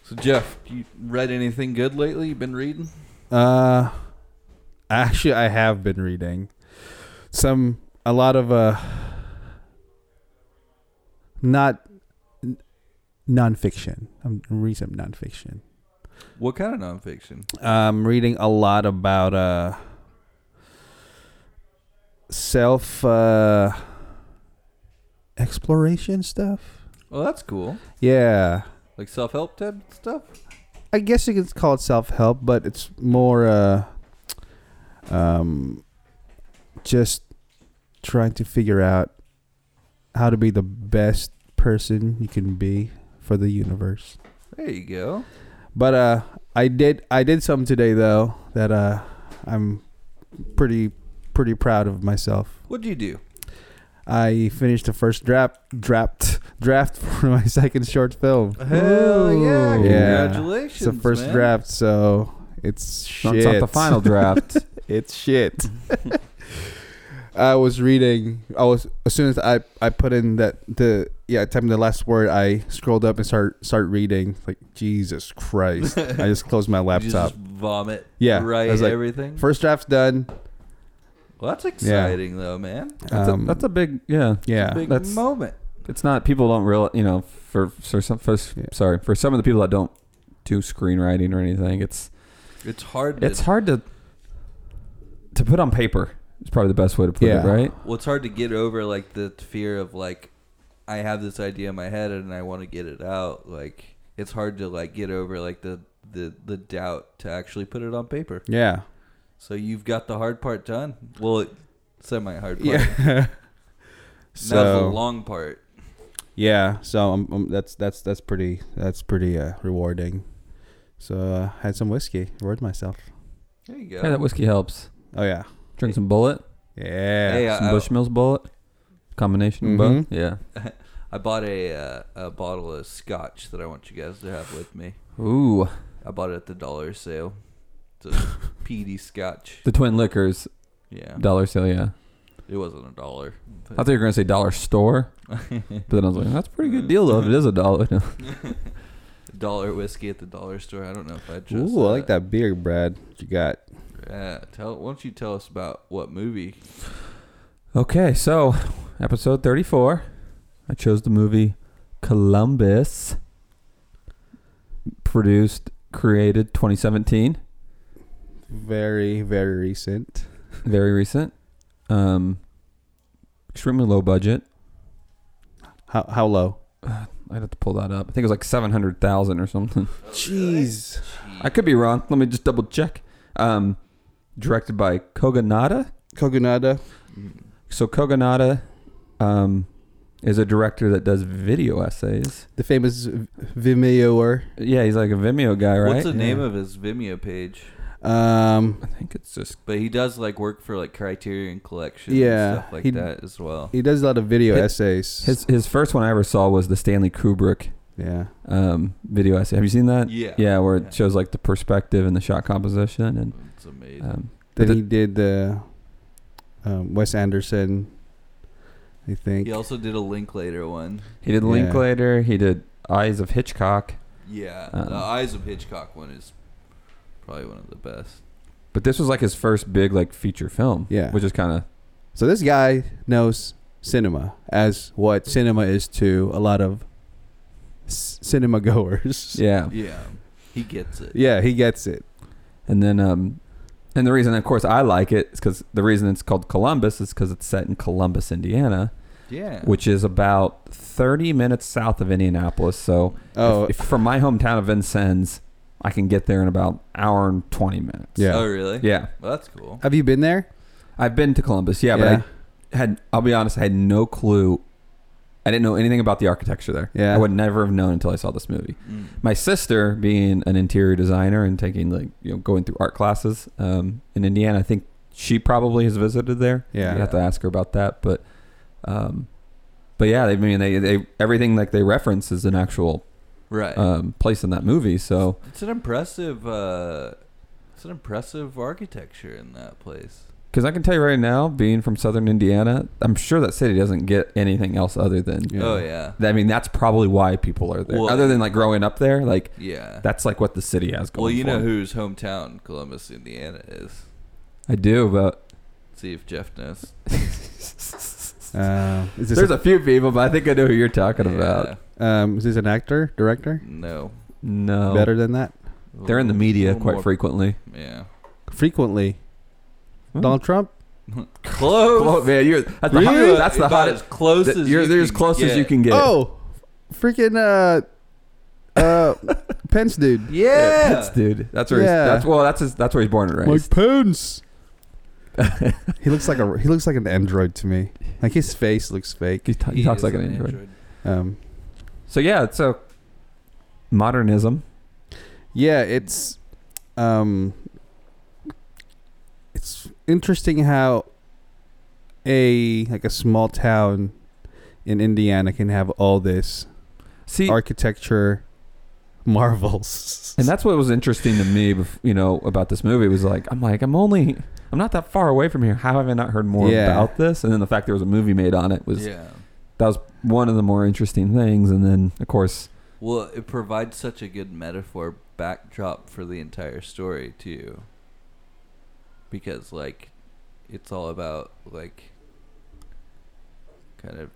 S3: So Jeff, you read anything good lately? You been reading?
S4: Uh, actually, I have been reading some a lot of uh, not n- nonfiction. I'm reading some nonfiction.
S3: What kind of nonfiction?
S4: I'm reading a lot about uh self uh exploration stuff.
S3: Oh, that's cool.
S4: Yeah.
S3: Like self help type stuff.
S4: I guess you could call it self help, but it's more uh, um, just trying to figure out how to be the best person you can be for the universe.
S3: There you go.
S4: But uh, I did I did some today though that uh, I'm pretty pretty proud of myself.
S3: What'd you do?
S4: I finished the first draft draft draft for my second short film.
S3: Hell yeah!
S2: Ooh.
S4: Yeah.
S3: Congratulations.
S4: It's the first
S3: man.
S4: draft, so it's
S2: No,
S4: shit.
S2: It's not the final draft.
S4: It's shit. I was reading. I was as soon as I, I put in that the yeah time the last word I scrolled up and start start reading like Jesus Christ. I just closed my
S3: Did you
S4: laptop.
S3: just vomit.
S4: Yeah, I
S3: Write
S4: was like,
S3: everything.
S4: First draft's done.
S3: well, that's exciting though, man. It's
S2: That's,
S4: Um,
S2: a, that's a big yeah.
S3: a
S4: yeah.
S3: big
S2: that's-
S3: moment.
S2: It's not people don't real you know for for some for,
S4: Yeah.
S2: sorry for some of the people that don't do screenwriting or anything. It's
S3: It's hard. To,
S2: it's hard to to put on paper. It's probably the best way to put
S4: Yeah.
S2: it, right?
S3: well, it's hard to get over like the fear of like I have this idea in my head and I want to get it out. Like it's hard to like get over like the the the doubt to actually put it on paper.
S4: Yeah.
S3: So you've got the hard part done. Well, semi hard part. Now's
S4: Yeah.
S3: the
S4: so
S3: long part.
S4: yeah, so um, um, that's that's that's pretty that's pretty uh, rewarding. So uh, I had some whiskey, rewarded myself.
S3: There you go.
S2: Yeah, that whiskey helps.
S4: Oh yeah,
S2: Drink some bullet,
S4: yeah.
S3: Hey,
S2: some
S3: I-
S2: Bushmills bullet, combination of
S4: Mhm.
S2: both. Yeah.
S3: I bought a uh, a bottle of scotch that I want you guys to have with me.
S2: Ooh,
S3: I bought it at the dollar sale. It's a peaty scotch.
S2: the Twin Liquors
S3: Yeah,
S2: dollar sale. Yeah,
S3: it wasn't a dollar.
S2: I thought you were gonna say dollar store, but then I was like, that's a pretty good deal though. If it is a dollar.
S3: Dollar whiskey at the dollar store. I don't know if I just.
S4: Ooh, I like
S2: uh,
S4: that beer, Brad. What you got?
S3: Yeah, tell. Why don't you tell us about what movie?
S2: Okay, so episode 34. I chose the movie Columbus, produced, created 2017,
S4: Very, very recent.
S2: very recent. Um, extremely low budget.
S4: How how low?
S2: I'd have to pull that up. I think it was like 700,000 or something.
S4: Jeez.
S2: I could be wrong. Let me just double check. Um, directed by Koganada.
S4: Kogunada.
S2: So Koganada um, is a director that does video essays.
S4: The famous V- Vimeoer.
S2: Yeah, he's like a Vimeo guy, right?
S3: What's the name
S2: Yeah.
S3: of his Vimeo page?
S4: Um
S2: I think it's just
S3: But he does like work for like Criterion Collection,
S4: Yeah,
S3: and stuff like
S4: he-
S3: that as well.
S4: he does a lot of video
S2: His-
S4: essays.
S2: His his first one I ever saw was the Stanley Kubrick
S4: yeah.
S2: um, video essay. Have you seen that?
S3: Yeah.
S2: Yeah, where
S3: Yeah.
S2: it shows like the perspective and the shot composition and
S3: It's amazing.
S2: um,
S4: Then
S2: the-
S4: he did the um, Wes Anderson I think.
S3: he also did a Linklater one.
S2: he did
S4: Yeah.
S2: Linklater. He did Eyes of Hitchcock.
S3: Yeah,
S2: Um,
S3: the Eyes of Hitchcock one is probably one of the best.
S2: But this was like his first big like feature film.
S4: Yeah.
S2: which is kind of
S4: So this guy knows cinema as what cinema is to a lot of s- cinema goers.
S2: yeah.
S3: Yeah, he gets it.
S4: Yeah, he gets it.
S2: And then um, and the reason of course I like it is because the reason it's called Columbus is because it's set in Columbus, Indiana,
S3: Yeah,
S2: which is about thirty minutes south of Indianapolis. So
S4: Oh,
S2: if, if from my hometown of Vincennes, I can get there in about hour and twenty minutes.
S4: Yeah.
S3: Oh, really?
S2: yeah.
S3: Well, that's cool.
S4: have you been there?
S2: I've been to Columbus, yeah,
S4: Yeah.
S2: but I had I'll be honest, I had no clue. I didn't know anything about the architecture there.
S4: Yeah.
S2: I would never have known until I saw this movie.
S3: Mm.
S2: My sister, being an interior designer and taking like you know going through art classes um, in Indiana, I think she probably has visited there.
S4: Yeah.
S2: you have to ask her about that, but. Um, But yeah, they, I mean, they, they everything like they reference is an actual
S3: Right.
S2: um, place in that movie. So
S3: it's an impressive. Uh, it's an impressive architecture in that place.
S2: because I can tell you right now, being from Southern Indiana, I'm sure that city doesn't get anything else other than.
S4: Yeah.
S3: Oh yeah.
S2: I mean, that's probably why people are there.
S3: Well-
S2: other than like growing up there, like
S3: Yeah.
S2: that's like what the city has going.
S3: well, you
S2: for
S3: know
S2: it.
S3: whose hometown Columbus, Indiana is.
S2: I do, but
S3: See if Jeff knows.
S4: Uh, is this
S2: there's a few people, but I think I know who you're talking
S3: Yeah.
S2: about.
S4: um, is this an actor, director?
S3: No.
S2: No,
S4: Better than that?
S2: They're in the media
S3: Little
S2: quite
S3: more-
S2: frequently.
S3: Yeah.
S4: Frequently.
S2: Hmm.
S4: Donald Trump?
S3: Close.
S2: Oh man, you're that's the
S4: Really?
S2: hot, that's the
S3: About As
S2: hottest.
S3: close
S2: th-
S3: as
S2: You're,
S3: you
S2: they're as
S3: can
S2: close as
S3: get.
S2: you can get.
S4: Oh, freaking uh, uh, Pence dude.
S3: Yeah.
S2: That's dude. That's where
S4: Yeah.
S2: he's. That's well. That's his, that's where he's born and raised.
S4: Pence. he looks like a he looks like an android to me. Like his face looks fake.
S2: he, ta- he
S3: He
S2: talks
S3: is
S2: like an android.
S4: Um,
S2: So yeah, so modernism.
S4: yeah, it's um, it's interesting how a like a small town in Indiana can have all this
S2: See,
S4: architecture marvels.
S2: and that's what was interesting to me. bef- You know about this movie was like I'm like I'm only I'm not that far away from here. How have I not heard more
S4: Yeah.
S2: about this? And then the fact there was a movie made on it was
S3: Yeah.
S2: that was one of the more interesting things. And then of course,
S3: Well, it provides such a good metaphor backdrop for the entire story too. Because like it's all about like kind of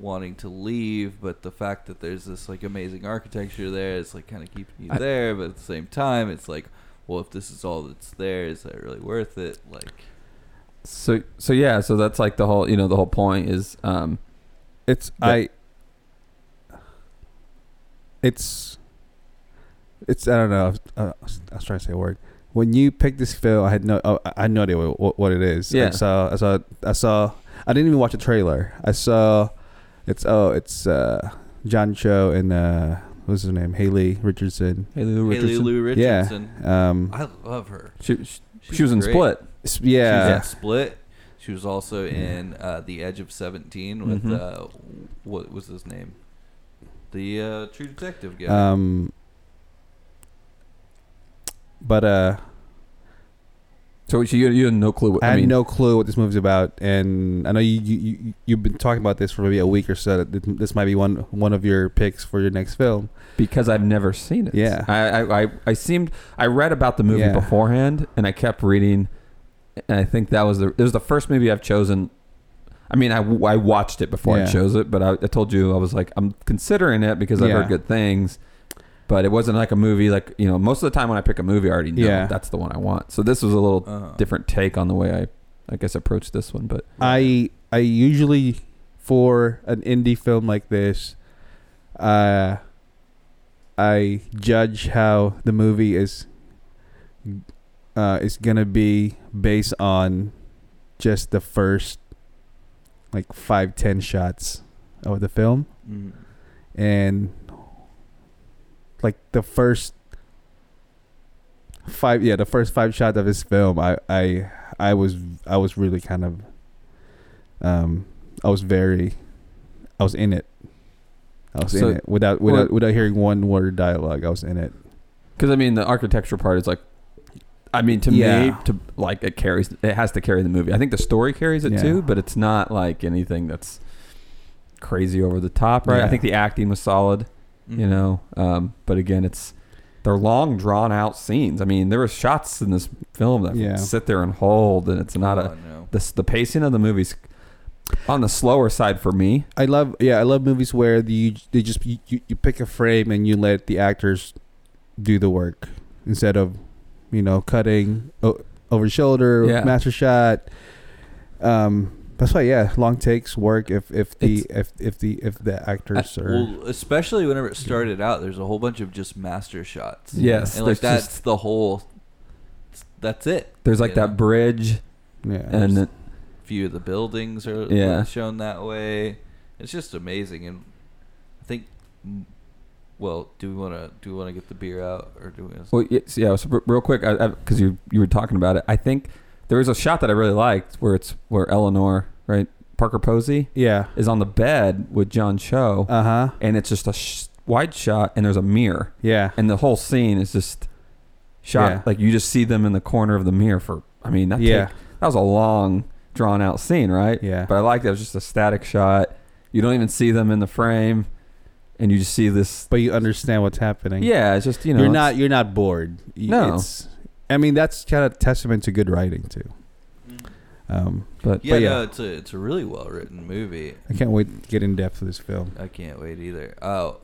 S3: wanting to leave, but the fact that there's this like amazing architecture there, it's like kind of keeping you
S2: I-
S3: there, but at the same time it's like well, if this is all that's there, is that really worth it? Like
S2: so so yeah, so that's like the whole you know the whole point is um
S4: It's
S2: But-
S4: I. It's. It's I don't know. Uh, I was trying to say a word. When you picked this film, I had no. Oh, I I had no idea what, what it is.
S2: Yeah.
S4: I saw. I saw. I saw. I didn't even watch a trailer. I saw. It's oh, it's uh, John Cho and uh, what's his name? Haley Richardson.
S2: Haley Lou
S3: Haley
S2: Richardson.
S3: Lou
S4: Yeah.
S3: Richardson.
S4: Um.
S3: I love her.
S2: She, she,
S3: She's
S2: she was in
S3: great.
S2: Split.
S4: s-
S3: She
S4: Yeah.
S3: was in Split. She was also in uh, The Edge of Seventeen with
S2: Mhm.
S3: uh, what was his name? The uh, True Detective guy.
S4: Um. But uh,
S2: So she, you, you had no clue. What,
S4: I,
S2: I,
S4: had
S2: mean,
S4: no clue what this movie's about, and I know you, you, you you've been talking about this for maybe a week or so. That th- this might be one one of your picks for your next film.
S2: because I've never seen it.
S4: Yeah.
S2: I, I, I, I seemed I read about the movie
S4: Yeah.
S2: beforehand, and I kept reading, and I think that was the it was the first movie I've chosen. I mean, I, w- I watched it before
S4: Yeah.
S2: I chose it, but I, I told you I was like I'm considering it because I've
S4: Yeah.
S2: heard good things, but it wasn't like a movie like you know most of the time when I pick a movie I already know
S4: Yeah. Uh,
S2: that's the one I want. So this was a little
S3: Uh-huh.
S2: different take on the way I I guess approached this one, but
S4: I I usually for an indie film like this, uh, I judge how the movie is uh, is gonna be based on just the first like five ten shots of the film.
S3: Mm.
S4: and like the first five yeah the first five shots of his film i i i was i was really kind of um i was very i was in it i was
S2: So-
S4: in it without without without hearing one word of dialogue i was in it
S2: Because I mean, the architecture part is like, I mean, to me,
S4: Yeah.
S2: to like it carries, it has to carry the movie. I think the story carries it
S4: Yeah.
S2: too, but it's not like anything that's crazy over the top, right? I
S4: Yeah. Mm-hmm.
S2: think the acting was solid, you know, um, but again, it's they're long, drawn out scenes. I mean, there were shots in this film that
S4: Yeah.
S2: sit there and hold, and it's not a
S3: Oh, no.
S2: the the pacing of the movies on the slower side for me.
S4: i love yeah i love movies where the, you they just you, you, you pick a frame and you let the actors do the work instead of you know cutting o- over shoulder
S2: Yeah.
S4: master shot um that's why yeah long takes work if if the if if the if the actors
S3: I-
S4: are
S3: well, especially whenever it started out, there's a whole bunch of just master shots.
S2: Yes,
S3: and like
S2: there's
S3: that's
S2: just-
S3: the whole. That's it.
S2: There's like
S3: you know?
S2: that bridge,
S4: yeah
S2: and then-
S3: view of the buildings are
S2: Yeah.
S3: shown that way. It's just amazing, and I think. Well, do we want to do we want to get the beer out or do we?
S2: Well, yeah, so, yeah, so re- real quick, because you you were talking about it, I think there was a shot that I really liked where it's where Eleanor, right, Parker Posey
S4: Yeah.
S2: is on the bed with John Cho,
S4: Uh huh.
S2: and it's just a sh- wide shot, and there's a mirror,
S4: Yeah.
S2: and the whole scene is just shot
S4: Yeah.
S2: like you just see them in the corner of the mirror for. I mean, that
S4: Yeah.
S2: take- that was a long, drawn out scene, right?
S4: Yeah.
S2: But I liked it. It was just a static shot. You don't even see them in the frame, and you just see this.
S4: But you understand what's happening.
S2: Yeah, it's just you
S4: You
S2: know.
S4: are
S2: it's-
S4: not. You're not bored. Y-
S2: No.
S4: It's, I mean, that's kind of testament to good writing too. Um,
S2: But
S3: Yeah,
S4: But yeah.
S3: no, it's a it's a really well written movie.
S4: I can't wait to get in depth with this film.
S3: I can't wait either. Oh,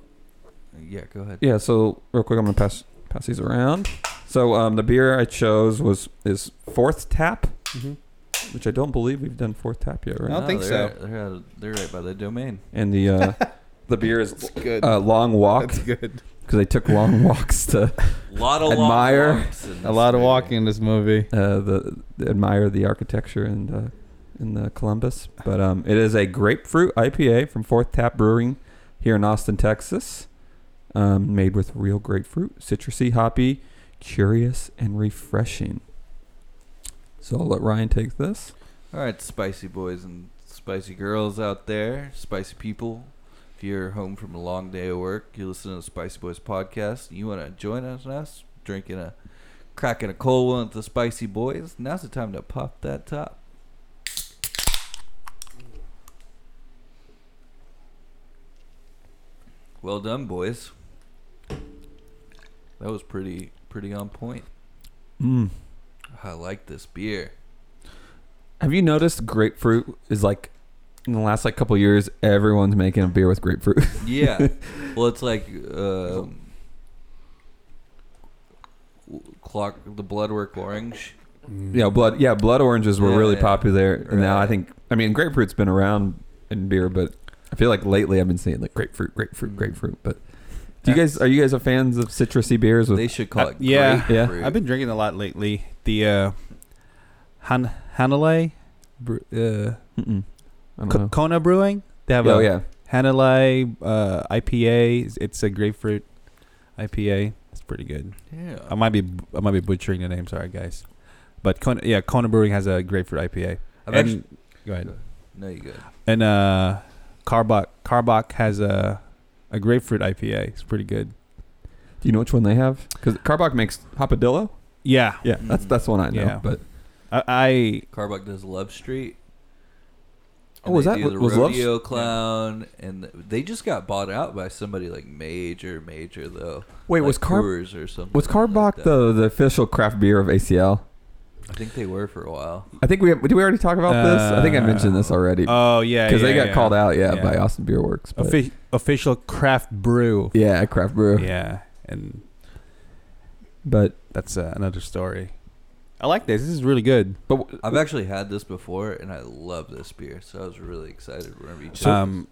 S3: yeah, go ahead.
S2: yeah. So real quick, I'm gonna pass pass these around. So um, the beer I chose was is Fourth Tap,
S4: Mm-hmm.
S2: which I don't believe we've done Fourth Tap yet, right?
S4: I don't think
S3: they're
S4: so.
S3: Right, they're, out, they're right by the domain.
S2: And the uh, the beer is
S4: good.
S2: uh, Long Walk
S4: That's good.
S2: because they took long walks to
S3: lot of
S2: Admire.
S4: A lot of walking in this movie.
S2: uh, the, the admire the architecture and uh, in the Columbus. But um, it is a grapefruit IPA from Fourth Tap Brewing here in Austin, Texas. Um, made with real grapefruit, citrusy, hoppy, curious, and refreshing. So I'll let Ryan take this.
S3: All right, spicy boys and spicy girls out there, spicy people. If you're home from a long day of work, you listen to the Spicy Boys podcast, and you want to join us, and us drinking a, cracking a cold one with the Spicy Boys. Now's the time to pop that top. Well done, boys. That was pretty pretty on point.
S2: Mm.
S3: I like this beer.
S2: Have you noticed grapefruit is like in the last like couple of years, everyone's making a beer with grapefruit.
S3: Yeah. well, it's like um, w- clock the bloodwork orange.
S4: Mm.
S2: yeah, blood. Yeah, blood oranges were
S3: Yeah,
S2: really
S3: yeah.
S2: popular, and now I
S3: Right.
S2: think I mean grapefruit's been around in beer, but I feel like lately I've been seeing like grapefruit, grapefruit,
S3: Mm.
S2: grapefruit. But do you guys are you guys a fans of citrusy beers? With
S3: They should call it
S4: yeah.
S2: Yeah.
S3: grapefruit.
S4: I've been drinking a lot lately. The uh, Han Hanalei, Bre- uh,
S2: Mm-mm. I don't
S4: Ko-
S2: know.
S4: Kona Brewing. They have
S2: oh
S4: a
S2: yeah,
S4: Hanalei uh, IPA. It's a grapefruit IPA. It's pretty good.
S3: yeah.
S4: I might be I might be butchering the name. Sorry, guys. But Kona, yeah, Kona Brewing has a grapefruit IPA.
S3: I've
S4: and
S3: actually-
S4: go ahead.
S3: no, you good.
S4: And uh, Carbach Carbach has a a grapefruit IPA. It's pretty good.
S2: do you know which one they have? Because Carbach makes Hopadillo.
S4: Yeah,
S2: Yeah, that's
S3: Mm.
S2: that's the one I know.
S4: Yeah.
S2: But
S4: I, I
S3: Carbuck does Love Street.
S2: Oh, was
S3: they
S2: that-
S3: do the
S2: was Love
S3: rodeo clown? And th- they just got bought out by somebody like major, major though.
S2: wait,
S3: like
S2: was Car
S3: Brewers or something?
S2: was Carbach
S3: like that.
S2: the the official craft beer of ACL?
S3: I think they were for a while.
S2: I think we did we already talk about this. I think I mentioned this
S3: Uh,
S2: already because
S4: oh yeah
S2: they
S4: yeah,
S2: got
S4: yeah.
S2: called out yeah,
S4: Yeah.
S2: by Austin Beer Works. But,
S4: Offi- official craft brew.
S2: yeah, craft brew.
S4: Yeah, and
S2: But
S4: that's uh, another story. I like this. This is really good.
S2: but
S3: I've actually had this before, and I love this beer, so I was really excited whenever you. told me.
S4: Um,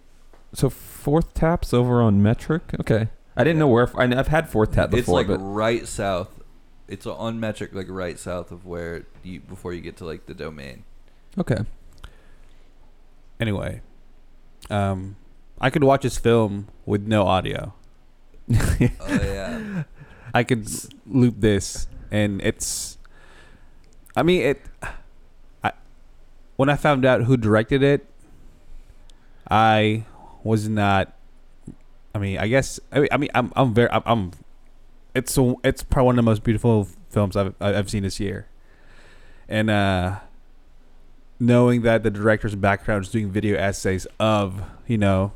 S2: So fourth tap's over on metric. Okay, I didn't know where. I, have had fourth tap before,
S3: it's like
S2: but
S3: right south. It's on metric, like right south of where you before you get to like the domain.
S2: okay.
S4: anyway, um, I could watch this film with no audio.
S3: Oh yeah,
S4: I could s- loop this, and it's. I mean it. I when I found out who directed it, I was not. I mean, I guess. I mean, I mean I'm. I'm very. I'm. I'm it's a, it's probably one of the most beautiful films I've I've seen this year, and uh, knowing that the director's background is doing video essays of you know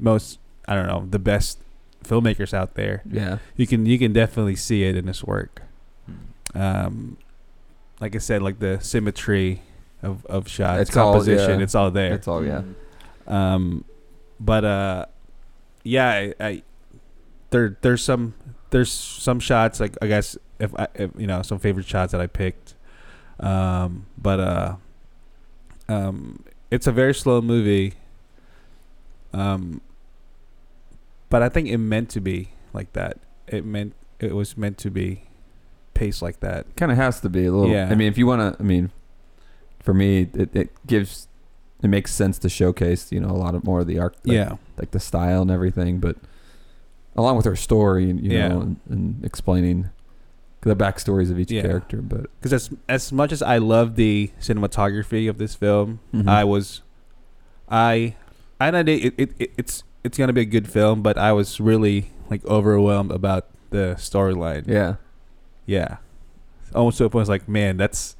S4: most I don't know the best filmmakers out there,
S2: Yeah.
S4: you can you can definitely see it in his work. Um, like I said, like the symmetry of of shots,
S2: It's all-
S4: composition,
S2: yeah.
S4: it's all there.
S2: That's all.
S3: Hmm.
S2: Yeah.
S4: um, but uh, yeah, I, I there there's some there's some shots like I guess if I if, you know some favorite shots that I picked. Um, but uh, um, it's a very slow movie. Um, but I think it meant to be like that. It meant it was meant to be paced like that.
S2: Kind of has to be a little.
S4: Yeah.
S2: I mean, if you want to, I mean, for me, it, it gives, it makes sense to showcase, you know, a lot of more of the arc, like, like the style and everything, but along with her story, and you
S4: Yeah.
S2: know, and, and explaining the backstories of each
S4: Yeah.
S2: character. But
S4: because as as much as I love the cinematography of this film,
S2: Mhm.
S4: I was I, I and I did- it, it, it it's it's gonna be a good film, but I was really like overwhelmed about the storyline.
S2: Yeah.
S4: Yeah. Almost to a point, I was like, man, that's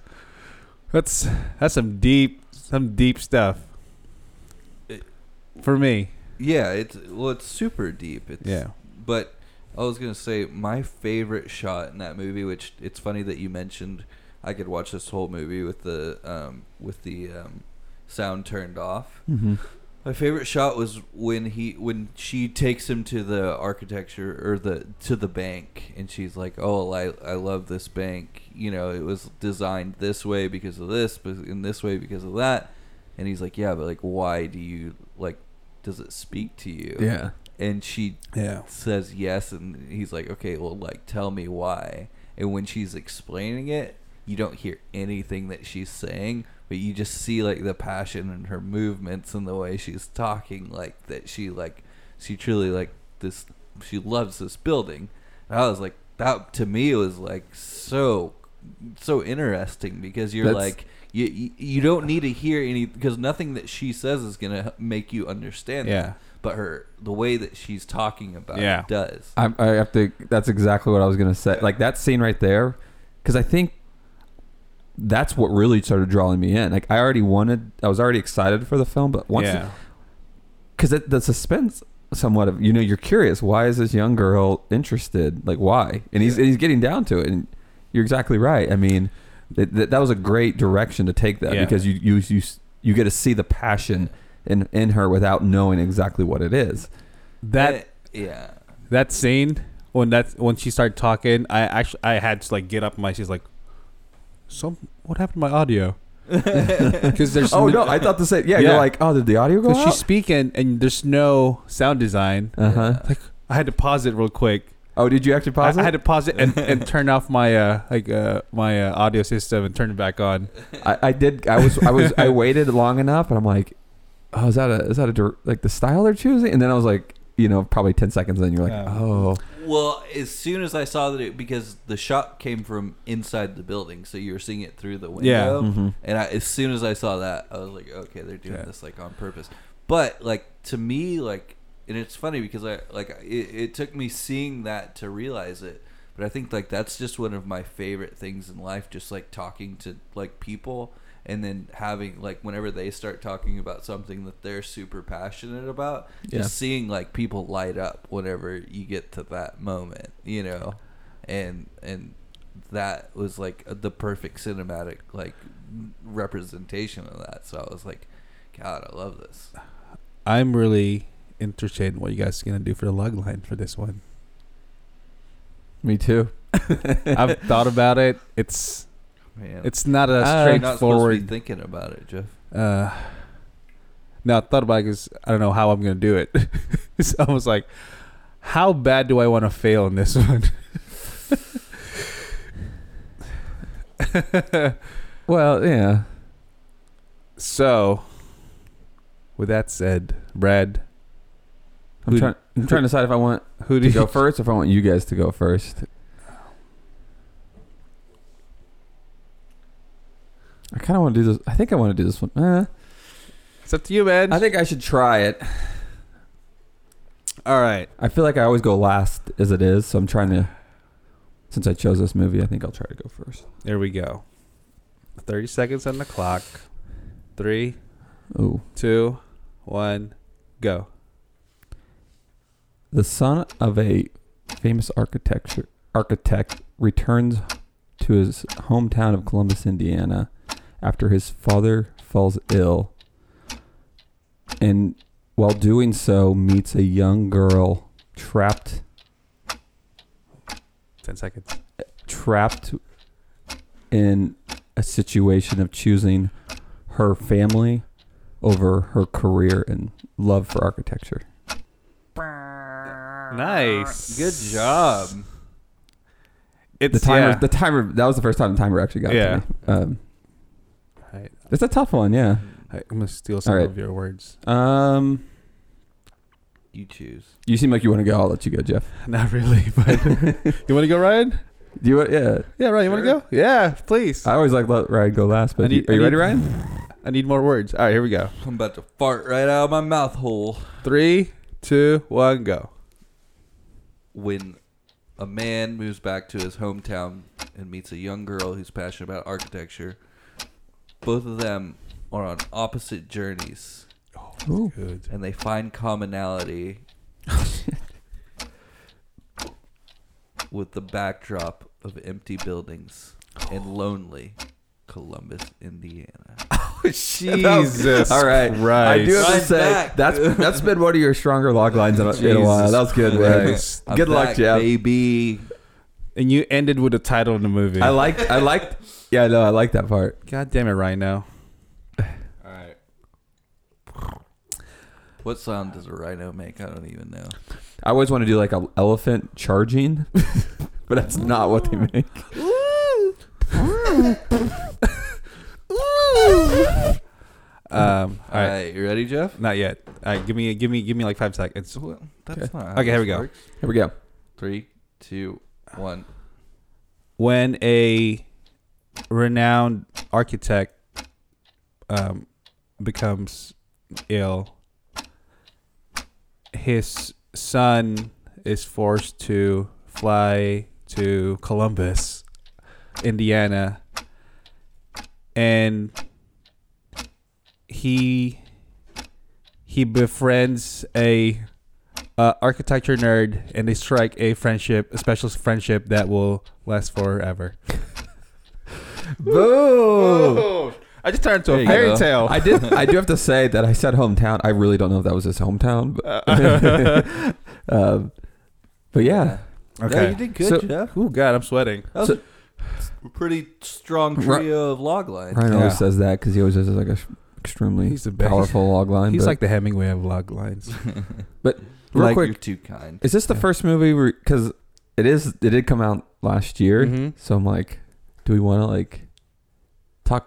S4: that's that's some deep some deep stuff.
S3: It-
S4: For me,
S3: Yeah, it's well, it's super deep. It's,
S4: yeah.
S3: But I was gonna say my favorite shot in that movie, which it's funny that you mentioned. I could watch this whole movie with the um, with the um, sound turned off.
S2: Mm-hmm.
S3: My favorite shot was when he when she takes him to the architecture or the to the bank and she's like, "Oh, I I love this bank. You know, it was designed this way because of this, but in this way because of that." And he's like, "Yeah, but like why do you like does it speak to you?"
S2: Yeah.
S3: And she
S4: Yeah.
S3: says yes and he's like, "Okay, well like tell me why." And when she's explaining it, you don't hear anything that she's saying, but you just see like the passion in her movements and the way she's talking like that she like she truly like this she loves this building. And I was like that to me was like so so interesting because you're
S2: That's-
S3: like you- you you don't need to hear any because nothing that she says is going to make you understand
S4: Yeah.
S3: that but her the way that she's talking about
S4: Yeah.
S3: it does.
S2: I, I have to. That's exactly what I was gonna say. Like that scene right there, because I think that's what really started drawing me in. Like I already wanted. I was already excited for the film, but once
S4: yeah.
S2: because the suspense somewhat of you know you're curious why is this young girl interested like why and he's
S3: Yeah.
S2: and he's getting down to it and you're exactly right i mean th- th- that was a great direction to take that
S4: Yeah.
S2: because you you you s- you get to see the passion in in her without knowing exactly what it is
S4: that
S3: Eh, yeah.
S4: that scene when that when she started talking, I actually I had to like get up. My she's like, some what happened to my audio? Because there's
S2: oh no i thought the same yeah,
S4: Yeah.
S2: you're like oh did the audio go
S4: because
S2: out?
S4: she's speaking and there's no sound design.
S2: uh-huh
S4: Like I had to pause it real quick.
S2: oh did you actually
S4: I,
S2: pause
S4: I
S2: it?
S4: had to pause it and, and turn off my uh like uh my uh, audio system and turn it back on.
S2: I, I did. I was. I was. I waited long enough, and I'm like, "Oh, is that a? Is that a dir- like the style they're choosing?" And then I was like, you know, probably ten seconds in, you're like,
S4: Yeah.
S2: "Oh,
S3: Well, as soon as I saw that it because the shot came from inside the building, so you were seeing it through the window.
S4: Yeah. Mm-hmm.
S2: Mhm.
S3: And I, as soon as I saw that, I was like, okay, they're doing
S4: Yeah.
S3: this like on purpose. But like to me, like, and it's funny because I like it, it took me seeing that to realize it. But I think like that's just one of my favorite things in life, just like talking to like people and then having like whenever they start talking about something that they're super passionate about,
S2: Yeah.
S3: just seeing like people light up whenever you get to that moment, you know, and and that was like the perfect cinematic like representation of that. So I was like, God, I love this.
S4: I'm really interested in what you guys are gonna do for the lug line for this one.
S2: me too."
S4: I've thought about it. It's
S3: Man,
S4: it's not a
S2: Uh,
S3: You're not supposed to
S4: straightforward
S3: be thinking about it, Jeff.
S4: Uh, now I thought about it 'cause I don't know how I'm gonna do it. it's almost like, how bad do I want to fail in this one?
S2: Well, yeah.
S4: so, with that said, Brad,
S2: I'm,
S4: Who-
S2: trying, I'm trying to decide if I want
S4: who
S2: to
S4: do you
S2: go first, or if I want you guys to go first. I kind of want to do this. I think I want to do this one. Eh.
S4: It's up to you, man.
S2: I think I should try it.
S4: All right.
S2: I feel like I always go last as it is, so I'm trying to. Since I chose this movie, I think I'll try to go first.
S4: There we go. Thirty seconds on the clock. Three,
S2: Ooh.
S4: two, one, go.
S2: The son of a famous architecture architect returns to his hometown of Columbus, Indiana, after his father falls ill, and while doing so, meets a young girl trapped
S4: Ten seconds.
S2: trapped in a situation of choosing her family over her career and love for architecture.
S4: Nice.
S3: Good job.
S4: It's
S2: The timer,
S4: yeah.
S2: the timer. That was the first time the timer actually got
S4: Yeah.
S2: to me. Um,
S4: All right.
S2: It's a tough one, yeah.
S4: I'm gonna steal some
S2: All right.
S4: of your words.
S2: Um,
S3: You choose.
S2: you seem like you want to go. I'll let you go, Jeff.
S4: Not really, but you want to go, Ryan?
S2: Do you? Yeah,
S4: Yeah, Ryan, you want to go? Yeah, please.
S2: I always like let Ryan go last. But
S4: I need-
S2: you- are
S4: I
S2: you
S4: need-
S2: ready, Ryan?
S4: I need more words. All right, here we go.
S3: I'm about to fart right out of my mouth hole.
S4: Three, two, one, go.
S3: When a man moves back to his hometown and meets a young girl who's passionate about architecture, both of them are on opposite journeys
S2: Ooh.
S4: Good.
S3: and they find commonality with the backdrop of empty buildings and lonely Columbus, Indiana.
S4: Jesus.
S2: All right,
S4: Christ.
S2: I do have
S3: Right
S2: to say
S3: back.
S2: that's that's been one of your stronger log lines in a, in a while.
S4: Jesus
S2: That was good,
S4: Christ.
S2: man.
S3: I'm
S2: Good luck,
S3: back,
S2: Jeff.
S3: Baby.
S4: And you ended with the title of the movie.
S2: I liked, I liked, yeah, no, I like that part.
S4: God damn it, Rhino. All right.
S3: What sound does a rhino make? I don't even know.
S2: I always want to do like an elephant charging, but that's not what they make.
S4: Um, all
S3: All
S4: right. Mm-hmm.
S3: right, you ready, Jeff?
S4: Not yet. All right, give me, give me, give me like five seconds.
S3: Well, that's not. how
S4: Okay, here
S3: this
S4: we go.
S3: works.
S2: Here we go.
S3: Three, two, one.
S4: When a renowned architect um, becomes ill, his son is forced to fly to Columbus, Indiana, and he he befriends a uh, architecture nerd and they strike a friendship, a special friendship that will last forever.
S2: Boom.
S4: Oh. I just turned into
S2: There
S4: a
S2: you
S4: fairy
S2: go.
S4: tale.
S2: I did. I do have to say that I said hometown. I really don't know if that was his hometown,
S4: Uh.
S2: but, um, but yeah,
S3: No,
S4: okay.
S3: you did good,
S2: So-
S3: Jeff.
S4: oh God, I'm sweating.
S3: That was
S2: So-
S3: a pretty strong trio of log lines.
S2: Ryan
S4: Yeah.
S2: always says that because he always has like a sh- extremely
S4: He's the best.
S2: powerful log line.
S4: He's
S2: but
S4: like the Hemingway of log lines.
S2: real
S3: like
S2: quick.
S3: you're too kind.
S2: Is this the
S4: Yeah.
S2: first movie? Because it is. It did come out last year.
S4: Mm-hmm.
S2: So I'm like, do we want to like talk?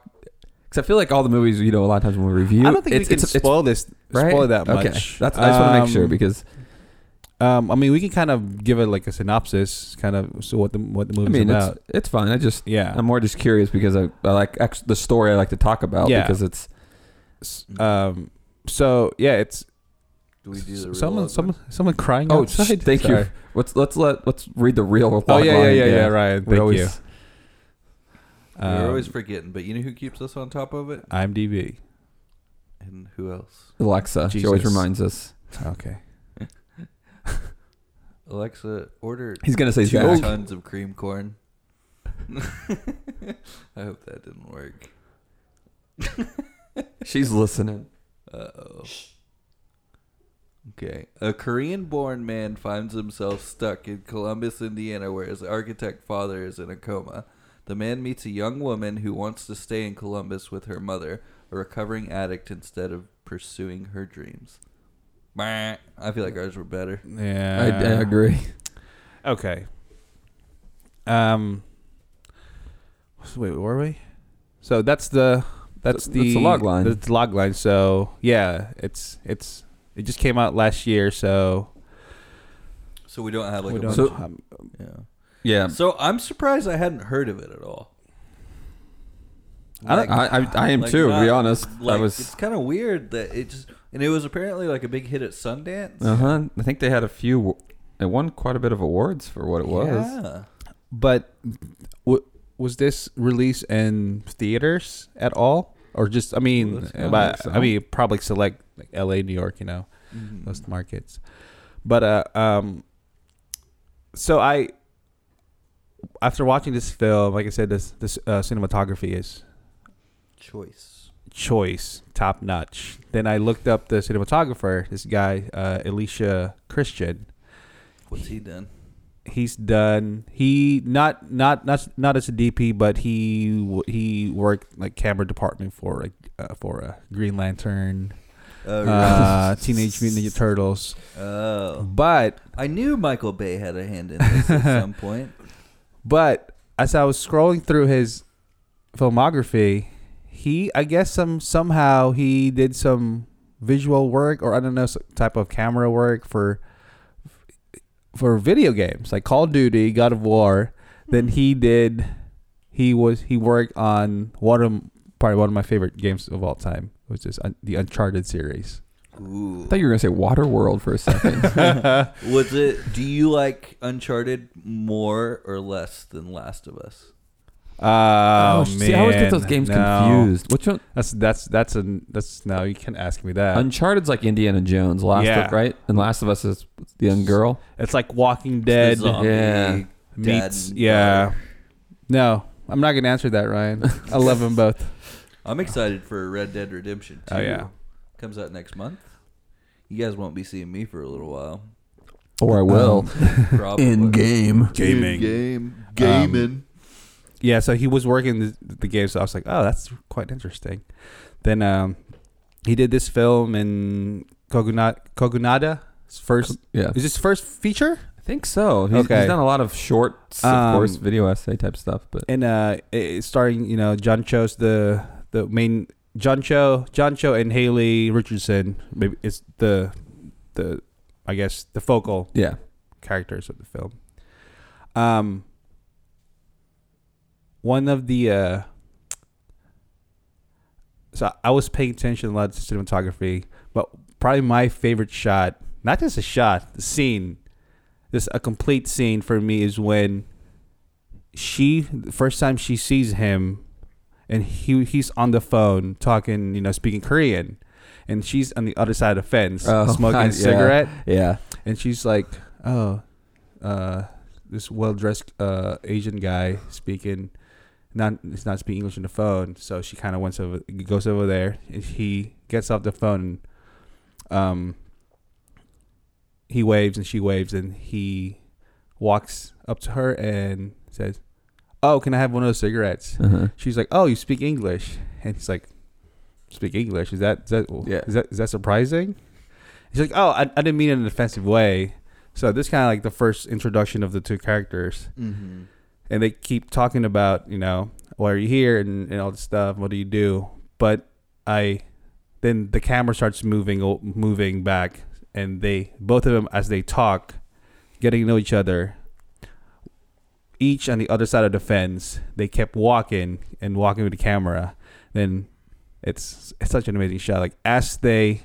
S2: Because I feel like all the movies, you know, a lot of times when we review,
S4: I don't think we can spoil this,
S2: right?
S4: spoil that much.
S2: Okay, that's. I just want to
S4: Um,
S2: make sure because
S4: um, I mean, we can kind of give it like a synopsis, kind of so what the what the
S2: I
S4: movie's
S2: mean
S4: about.
S2: it's it's fine. I just
S4: Yeah.
S2: I'm more just curious because I, I like ex- the story I like to talk about
S4: Yeah.
S2: because it's
S4: S- um. So yeah, it's
S3: Do we do the real
S4: someone
S3: log
S4: someone someone crying
S2: oh sh-
S4: outside.
S2: thank
S4: Sorry.
S2: you. Let's let's let let's read the real.
S4: Oh
S2: log
S4: yeah, yeah,
S2: line.
S4: yeah, yeah, Ryan.
S2: We
S4: Thank
S2: always-
S4: you.
S3: line?
S4: Um,
S3: We're always forgetting, but you know who keeps us on top of it,
S4: IMDb.
S3: and who else?
S2: Alexa, she always
S4: Jesus.
S2: reminds us.
S4: Okay.
S3: Alexa, order
S2: He's gonna say
S3: two
S2: Zach.
S3: tons of cream corn. I hope that didn't work.
S2: She's listening.
S3: Uh oh. Okay. A Korean born man finds himself stuck in Columbus, Indiana, where his architect father is in a coma. The man meets a young woman who wants to stay in Columbus with her mother, a recovering addict, instead of pursuing her dreams. Bah. I feel like ours were better.
S4: Yeah.
S2: I, I agree.
S4: Okay. Um. so Wait, where were we? So that's the that's
S2: Th-
S4: the
S2: that's the log line.
S4: That's the log line. So yeah, it's it's it just came out last year. So
S3: So we don't have like
S4: we
S3: a
S4: don't-
S3: bunch.
S2: So-
S4: um,
S3: yeah.
S2: Yeah,
S3: So I'm surprised I hadn't heard of it at all.
S2: I, don't, I, I I am
S3: like
S2: too. to be
S3: not-
S2: honest, I
S3: Like
S2: was.
S3: it's kind of weird that it just and it was apparently like a big hit at Sundance.
S2: Uh huh. I think they had a few. wa- They won quite a bit of awards for what it was.
S3: Yeah.
S4: but w- was this released in theaters at all, or just I
S2: Well,
S4: mean,
S2: that's- I
S4: but-
S2: think
S4: I
S2: so.
S4: mean probably select like L.A., New York, you know.
S2: Mm-hmm.
S3: Mhm.
S4: most markets. But uh, um, so I, after watching this film, like I said, this this uh, cinematography is
S3: choice.
S4: choice, top notch. Then I looked up the cinematographer, this guy, uh, Alicia Christian.
S3: What's he done?
S4: He's done. He not not not not as a DP, but he w- he worked like camera department for like uh, for uh, Green Lantern, uh, Teenage Mutant Ninja Turtles.
S3: oh,
S4: But
S3: I knew Michael Bay had a hand in this at some point.
S4: But as I was scrolling through his filmography, he I guess some somehow he did some visual work or I don't know some type of camera work for for video games like Call of Duty,
S2: Mm-hmm.
S4: God of War. Then he did he was he worked on Water probably one of my favorite games of all time, which is un- the Uncharted series.
S3: Ooh.
S2: I thought you were gonna say Waterworld for a second.
S3: Was it? Do you like Uncharted more or less than Last of Us?
S4: Oh,
S2: see, I always get those
S4: man.
S2: games
S4: No.
S2: confused. Which one?
S4: That's that's that's a that's no. You can't ask me that.
S2: Uncharted's like Indiana Jones, Last
S4: Yeah.
S2: of, right? And Last of Us is the young girl.
S4: it's like Walking Dead
S3: The zombie
S2: yeah.
S3: dad
S4: meets
S3: and
S4: yeah.
S3: daughter.
S4: No, I'm not gonna answer that, Ryan. I love them both.
S3: I'm excited for Red Dead Redemption 2.
S4: Oh, yeah.
S3: Comes out next month. You guys won't be seeing me for a little while.
S2: Or I will.
S3: Probably.
S2: game.
S4: Gaming.
S3: Game.
S4: Gaming. Yeah, so he was working the, the game, so I was like, oh, that's quite interesting. Then um, he did this film in Kogunada. Kogunada's first
S2: Yeah.
S4: is his first feature,
S2: I think so. He's,
S4: Okay.
S2: he's done a lot of shorts, of
S4: Um,
S2: course, video essay type stuff, but
S4: and uh, it- it's starring you know John Cho's the the main John Cho, John Cho and Haley Richardson. Maybe it's the the I guess the focal
S2: yeah.
S4: characters of the film. Um, one of the uh, so I was paying attention a lot to cinematography, but probably my favorite shot, not just a shot, the scene, just a complete scene for me is when she the first time she sees him, and he he's on the phone talking, you know, speaking Korean. And she's on the other side of the fence,
S2: Oh,
S4: smoking
S2: yeah.
S4: a cigarette
S2: Yeah.
S4: and she's like, "Oh, uh, this well-dressed uh, Asian guy speaking, not he's not speaking English on the phone." So she kind of went over, goes over there, and he gets off the phone. And, um, he waves and she waves, and he walks up to her and says, "Oh, can I have one of those cigarettes?"
S2: Uh-huh.
S4: She's like, "Oh, you speak English," and he's like, "Speak English? Is that is that
S2: Yeah.
S4: is that is that surprising?" He's like, "Oh, I, I didn't mean it in an offensive way." So this kind of like the first introduction of the two characters,
S3: Mm-hmm.
S4: and they keep talking about you know why are you here and, and all this stuff. What do you do? But I then the camera starts moving o- moving back, and they both of them as they talk, getting to know each other. Each on the other side of the fence, they kept walking and walking with the camera. Then it's it's such an amazing shot. Like as they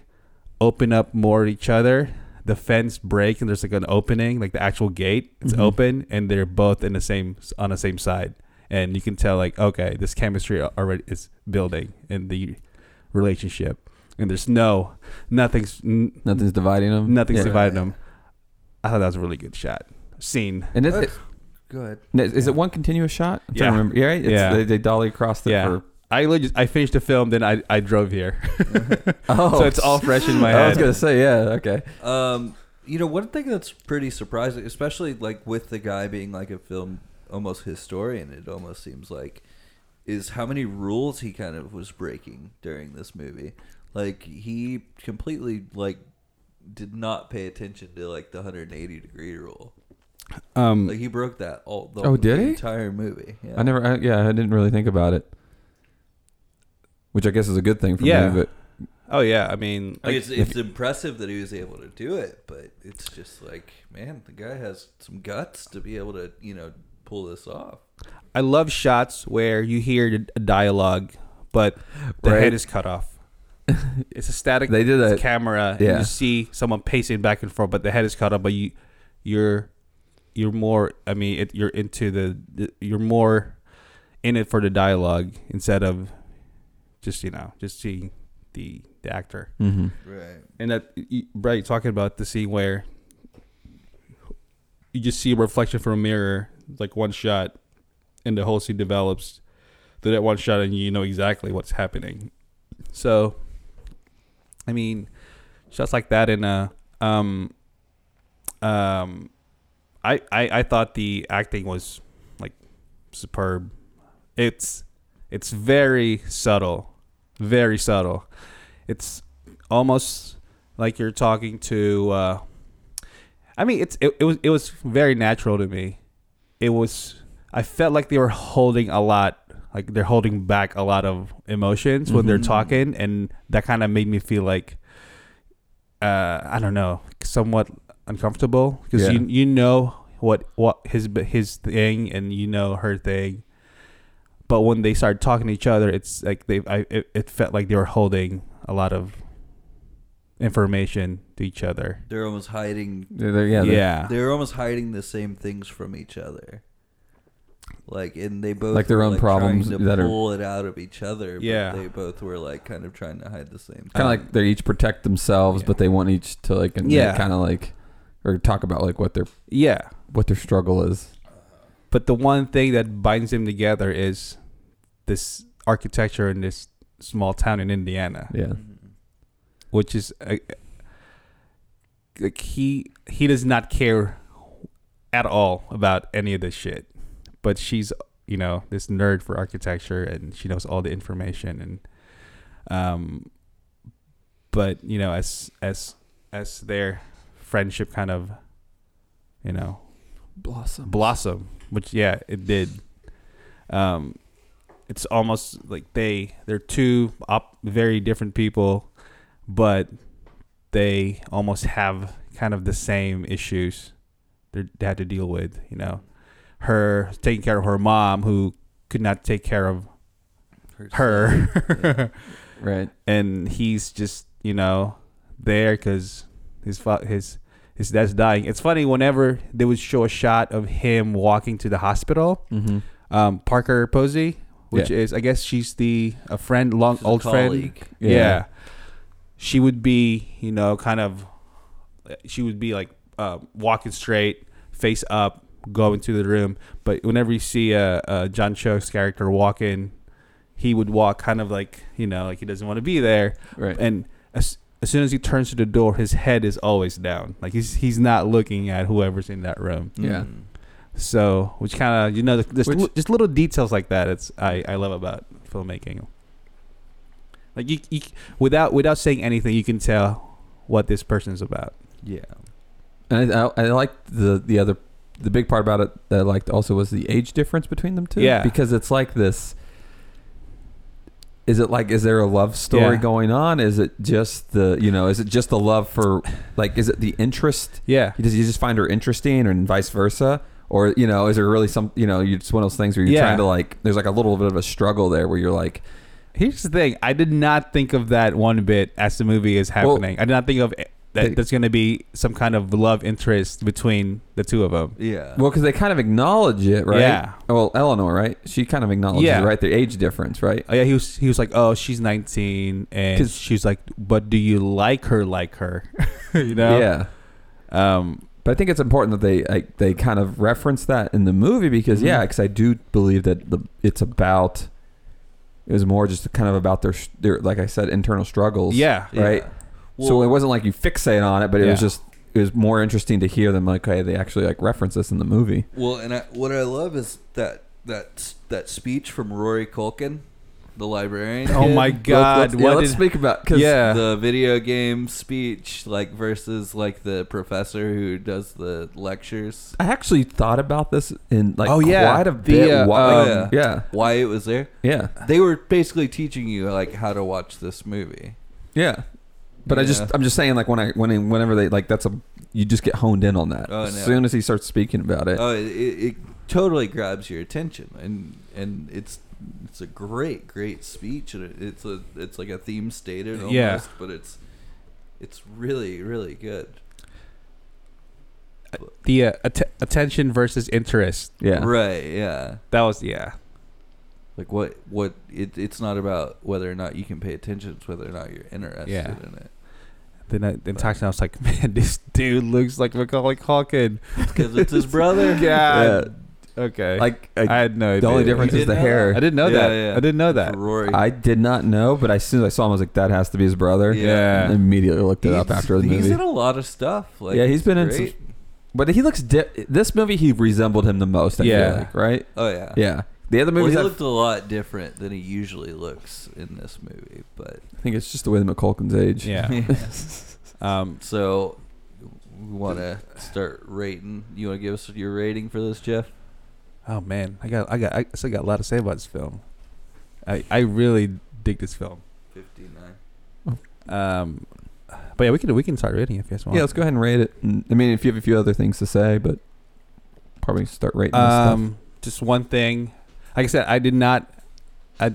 S4: open up more to each other, the fence breaks and there's like an opening, like the actual gate. It's
S2: Mhm.
S4: open and they're both in the same on the same side, and you can tell like okay, this chemistry already is building in the relationship. And there's no nothing's n-
S2: Nothing's dividing them.
S4: nothing's
S2: yeah.
S4: dividing them. I thought that was a really good shot. Scene.
S2: And it, it,
S3: Go ahead.
S2: is is it
S4: Yeah.
S2: one continuous shot? I'm
S4: Yeah.
S2: trying to remember. Yeah, right? It's-
S4: Yeah.
S2: They, they dolly across it
S4: Yeah.
S2: for.
S4: I literally just, I finished the film, then I, I drove here,
S2: Oh,
S4: so it's all fresh in my
S2: I was
S4: head.
S2: gonna say, yeah, okay.
S3: Um, you know, one thing that's pretty surprising, especially like with the guy being like a film almost historian, it almost seems like, is how many rules he kind of was breaking during this movie. Like he completely like did not pay attention to like the 180 degree rule.
S4: Um,
S3: Like he broke that all the,
S2: Oh, did
S3: the
S2: he?
S3: entire movie. Yeah.
S2: I never, I, yeah, I didn't really think about it, which I guess is a good thing for
S4: Yeah.
S2: me. But
S4: oh yeah, I mean,
S3: Like,
S4: like,
S3: it's it's impressive that he was able to do it, but it's just like, man, the guy has some guts to be able to, you know, pull this off.
S4: I love shots where you hear the a dialogue, but the
S2: Right.
S4: head is cut off. It's a static.
S2: They did
S4: it's
S2: that.
S4: camera.
S2: Yeah.
S4: And you see someone pacing back and forth, but the head is cut off. But you, you're, you're more. I mean, it, you're into the, the. You're more in it for the dialogue instead of just you know just seeing the the actor
S2: mm-hmm.
S3: Right.
S4: and that you- right talking about the scene where you just see a reflection from a mirror like one shot and the whole scene develops to that one shot and you know exactly what's happening so i mean shots like that in a um um I, I i thought the acting was like superb it's it's very subtle very subtle it's almost like you're talking to uh i mean it's it, it was it was very natural to me it was i felt like they were holding a lot like they're holding back a lot of emotions when they're
S2: Mm-hmm.
S3: Mhm.
S4: talking and that kind of made me feel like uh i don't know somewhat uncomfortable because
S2: Yeah.
S4: you you know what what his his thing and you know her thing but when they started talking to each other, it's like they I it, it felt like they were holding a lot of information to each other.
S3: They're almost hiding.
S2: They're- they're- yeah,
S4: Yeah,
S2: they're-
S3: They're almost hiding the same things from each other. Like and they both
S2: Like their
S3: were,
S2: own
S3: trying
S2: problems
S3: to
S2: that are-
S3: pull it out of each other.
S4: Yeah.
S3: but they both were like kind of trying to hide the same.
S2: kind of like they each protect themselves,
S4: yeah.
S2: but they want each to like and
S4: Yeah.
S2: kind of like or talk about like what their
S4: yeah.
S2: what their struggle is.
S4: But the one thing that binds them together is this architecture in this small town in Indiana.
S2: Yeah,
S4: which is uh, like he he does not care at all about any of this shit. But she's you know this nerd for architecture and she knows all the information and um but you know as as as their friendship kind of you know
S2: blossom.
S4: blossom which yeah it did um it's almost like they they're two op- very different people but they almost have kind of the same issues they're- they had to deal with you know her taking care of her mom who could not take care of her
S2: right?
S4: and he's just you know there because his fa- his his dad's dying. It's funny whenever they would show a shot of him walking to the hospital.
S2: Mm-hmm.
S4: Um, Parker Posey, which
S2: Yeah.
S4: is I guess she's the a friend, long
S3: She's a
S4: old friend.
S3: colleague.
S4: Yeah.
S2: Yeah.
S4: she would be you know kind of she would be like uh, walking straight, face up, going to the room. But whenever you see uh, uh, John Cho's character walking. He would walk kind of like you know, like he doesn't want to be there,
S2: Right.
S4: and as, as soon as he turns to the door, his head is always down. Like he's he's not looking at whoever's in that room.
S2: Yeah.
S3: Mm.
S4: So, which kind of you know, just,
S2: Which-
S4: li- just little details like that. It's I, I love about filmmaking. Like you, you, without without saying anything, you can tell what this person's about.
S3: yeah,
S2: And I, I, I liked the the other the big part about it that I liked also was the age difference between them two.
S4: Yeah.
S2: because it's like this. Is it like is there a love story
S4: Yeah.
S2: going on? Is it just the you know is it just the love for like is it the interest?
S4: Yeah,
S2: Does you just find her interesting, and vice versa? Or you know, is there really some you know, you just one of those things where you're
S4: Yeah.
S2: trying to like, there's like a little bit of a struggle there where you're like,
S4: Here's the thing: I did not think of that one bit as the movie is happening. I did not think of it- that
S2: They-
S4: there's going to be some kind of love interest between the two of them.
S3: yeah.
S2: well, because they kind of acknowledge it, right?
S4: Yeah.
S2: Well, Eleanor, right? She kind of acknowledges,
S4: Yeah.
S2: it, right? The age difference, right?
S4: Oh yeah, he was he was like, oh, she's nineteen, and
S2: 'Cause-
S4: she's like, but do you like her like her? you know?
S2: Yeah.
S4: Um.
S2: But I think it's important that they like, they kind of reference that in the movie because
S4: Mm-hmm.
S2: yeah, 'cause yeah, because I do believe that the it's about it was more just kind of about their their like I said internal struggles.
S4: Yeah.
S2: Right.
S3: Yeah.
S2: so it wasn't like you fixate on it, but it was
S4: Yeah.
S2: just it was more interesting to hear them like, hey, they actually like reference this in the movie.
S3: Well, and I, what I love is that that that speech from Rory Culkin, the librarian.
S4: Oh
S3: kid.
S4: my God!
S2: let's,
S4: what
S2: yeah, let's
S4: did-
S2: speak about because
S4: Yeah.
S3: The video game speech, like versus like the professor who does the lectures.
S2: I actually thought about this in like
S4: Oh, yeah.
S2: quite a
S4: The,
S2: bit.
S4: uh,
S2: why-
S3: um,
S2: yeah. yeah,
S3: Why it was there?
S2: yeah,
S3: They were basically teaching you like how to watch this movie.
S2: yeah. But I just
S3: Yeah.
S2: I'm just saying like when I when I- whenever they like that's a you just get honed in on that
S3: Oh,
S2: as
S3: no.
S2: soon as he starts speaking about it.
S3: Oh, it, it, it totally grabs your attention, and and it's it's a great great speech, and it, it's a it's like a theme stated almost,
S4: Yeah.
S3: but it's it's really really good.
S4: the uh, att- attention versus interest.
S2: yeah,
S3: Right? Yeah.
S4: That was yeah.
S3: Like what? What? It, it's not about whether or not you can pay attention. It's whether or not you're interested
S4: Yeah.
S3: in it.
S4: Then I, then Toxin, I was like, man, this dude looks like Macaulay Culkin.
S3: Because it's his brother.
S4: God. Okay.
S2: like I,
S4: I had no idea.
S2: the only difference
S3: You
S2: is the
S3: didn't know
S2: hair.
S4: I didn't know
S3: Yeah,
S4: that.
S3: yeah.
S4: I didn't know that.
S3: It's Rory.
S2: I did not know, but as soon as I saw him, I was like, that has to be his brother.
S3: Yeah.
S2: And immediately looked it up after the
S3: He's
S2: movie.
S3: in a lot of stuff. Like
S2: Yeah, he's been in some-
S3: great.
S2: but he looks di- this movie. He resembled him the most. I
S4: Yeah.
S2: feel like, right.
S3: Oh yeah.
S2: Yeah. The other
S3: Well,
S2: movies
S3: he
S2: I've-
S3: looked a lot different than he usually looks in this movie, but
S2: I think it's just the way that McCulkin's age.
S4: Yeah. um.
S3: so we want to start rating. You want to give us your rating for this, Jeff?
S4: Oh man, I got I got I still got a lot to say about this film. I I really dig this film.
S3: Fifty-nine.
S4: Um, but yeah, we can we can start rating if you guys want.
S2: Yeah, let's go ahead and rate it. And, I mean, if you have a few other things to say, but probably start rating this
S4: Um, just one thing. Like I said, I did not I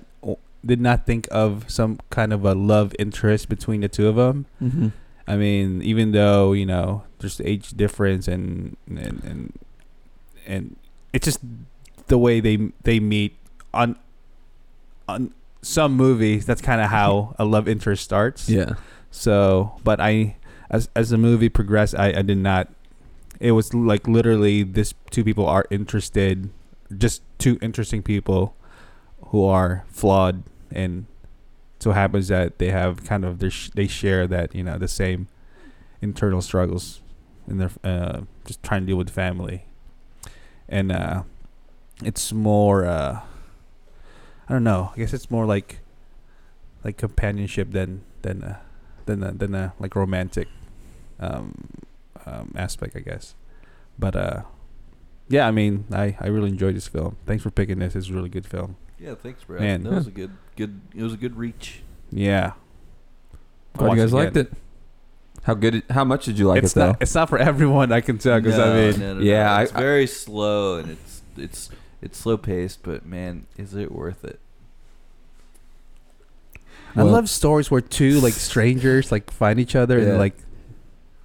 S4: did not think of some kind of a love interest between the two of them.
S2: Mm-hmm.
S4: I mean, even though you know there's the age difference and and and, and it's just the way they they meet on on some movies. That's kind of how a love interest starts.
S2: Yeah.
S4: So, but I as as the movie progressed, I I did not. It was like literally this two people are interested, just two interesting people who are flawed and so happens that they have kind of their sh- they share that you know the same internal struggles in their uh, just trying to deal with family and uh, it's more uh, I don't know I guess it's more like like companionship than than uh, than uh, than uh, like romantic um, um, aspect I guess but uh yeah I mean I I really enjoyed this film thanks for picking this it's a really good film
S3: Yeah, thanks, Brad.
S4: Man.
S3: That was a good, good. It was a good reach.
S4: yeah
S2: Glad
S4: Watch
S2: you guys
S4: it
S2: liked
S4: again.
S2: it. How good? It, how much did you like
S4: it's
S2: it though?
S4: not it's not for everyone I can tell because I mean
S2: yeah, I-
S3: it's
S2: I-
S3: very slow and it's it's it's slow paced, but man, is it worth it?
S4: I
S2: Well-
S4: love stories where two like strangers like find each other
S2: Yeah.
S4: and like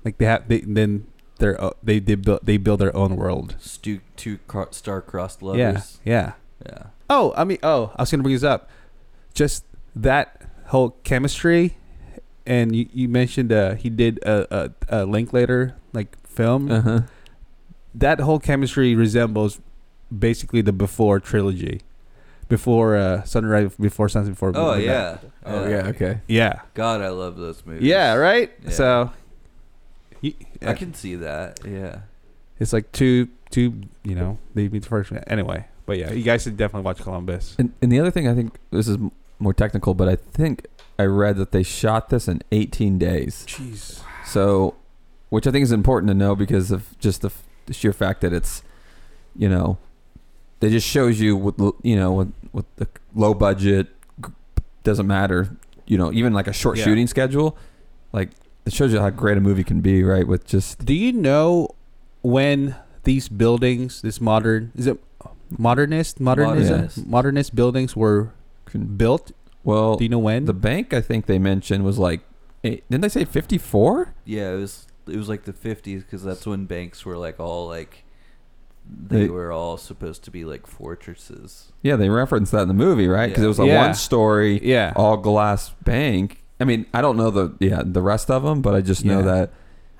S4: like they have they then they're uh, they they build they build their own world.
S3: Stu- two cro- star-crossed
S4: Yeah,
S3: lovers.
S4: yeah.
S3: Yeah.
S4: Oh, I mean, oh, I was gonna bring this up. Just that whole chemistry, and you, you mentioned uh, he did a, a, a Linklater like film.
S3: Uh-huh.
S2: Uh huh.
S4: that whole chemistry resembles basically the before trilogy, before uh, sunrise, before sunset, before
S3: Oh
S4: Midnight.
S3: yeah.
S2: Oh yeah. Okay.
S4: yeah,
S3: God, I love those movies.
S4: yeah, right.
S3: Yeah.
S4: So, you-
S3: I can see that. Yeah.
S4: It's like two, two, you know, they meet the first one. Anyway, but yeah, you guys should definitely watch Columbus.
S2: And, and the other thing I think this is m- more technical, but I think I read that they shot this in 18 days.
S4: Jeez.
S2: So, which I think is important to know because of just the, f- the sheer fact that it's, you know, they just shows you with l- you know with with the low budget g- doesn't matter. You know, even like a short
S4: Yeah.
S2: shooting schedule, like it shows you how great a movie can be, right? With just
S4: Do you know when these buildings, this modern, is it modernist, modernism,
S3: Modernist.
S4: modernist, buildings were built?
S2: well,
S4: Do you know when?
S2: the bank I think they mentioned was like, eight, didn't they say 54?
S3: Yeah. It was it was like the fifties because that's when banks were like all like they,
S2: They-
S3: were all supposed to be like fortresses.
S2: Yeah, they referenced that in the movie, right? Because
S3: Yeah.
S2: it was a
S4: Yeah.
S2: one-story,
S4: yeah.
S2: all glass bank. I mean, I don't know the yeah the rest of them, but I just know
S4: Yeah.
S2: that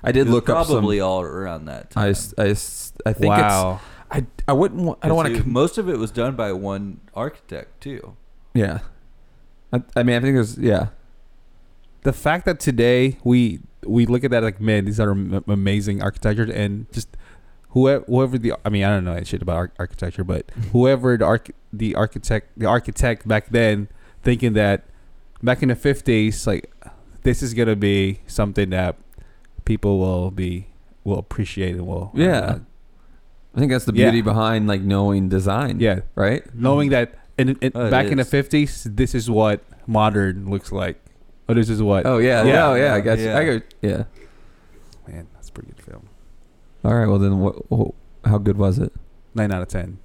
S2: I
S3: It
S2: did
S3: was
S2: look up some.
S3: probably all around that time.
S2: I, s- I, s- I think
S4: wow.
S2: it's I I wouldn't wa- I don't want
S3: Because
S2: to
S3: it- Most of it was done by one architect too.
S2: yeah. I, I mean I think there's yeah
S4: the fact that today we we look at that like man these are am- amazing architecture and just whoever whoever the i mean i don't know shit about arch- architecture but whoever the arch the architect the architect back then thinking that back in the 50s like this is gonna be something that people will be will appreciate and will uh, I don't
S2: Yeah.
S4: know,
S2: I think that's the
S4: Yeah.
S2: beauty behind like knowing design
S4: yeah
S2: right
S4: knowing that in, in,
S3: Oh, it
S4: back in the
S3: is.
S4: 50s this is what modern looks like oh this is what
S2: oh yeah
S4: Yeah.
S2: yeah yeah I guess
S3: Yeah.
S2: I go yeah
S4: man that's a pretty good film
S2: all right well then what, wh- how good was it
S4: nine out of ten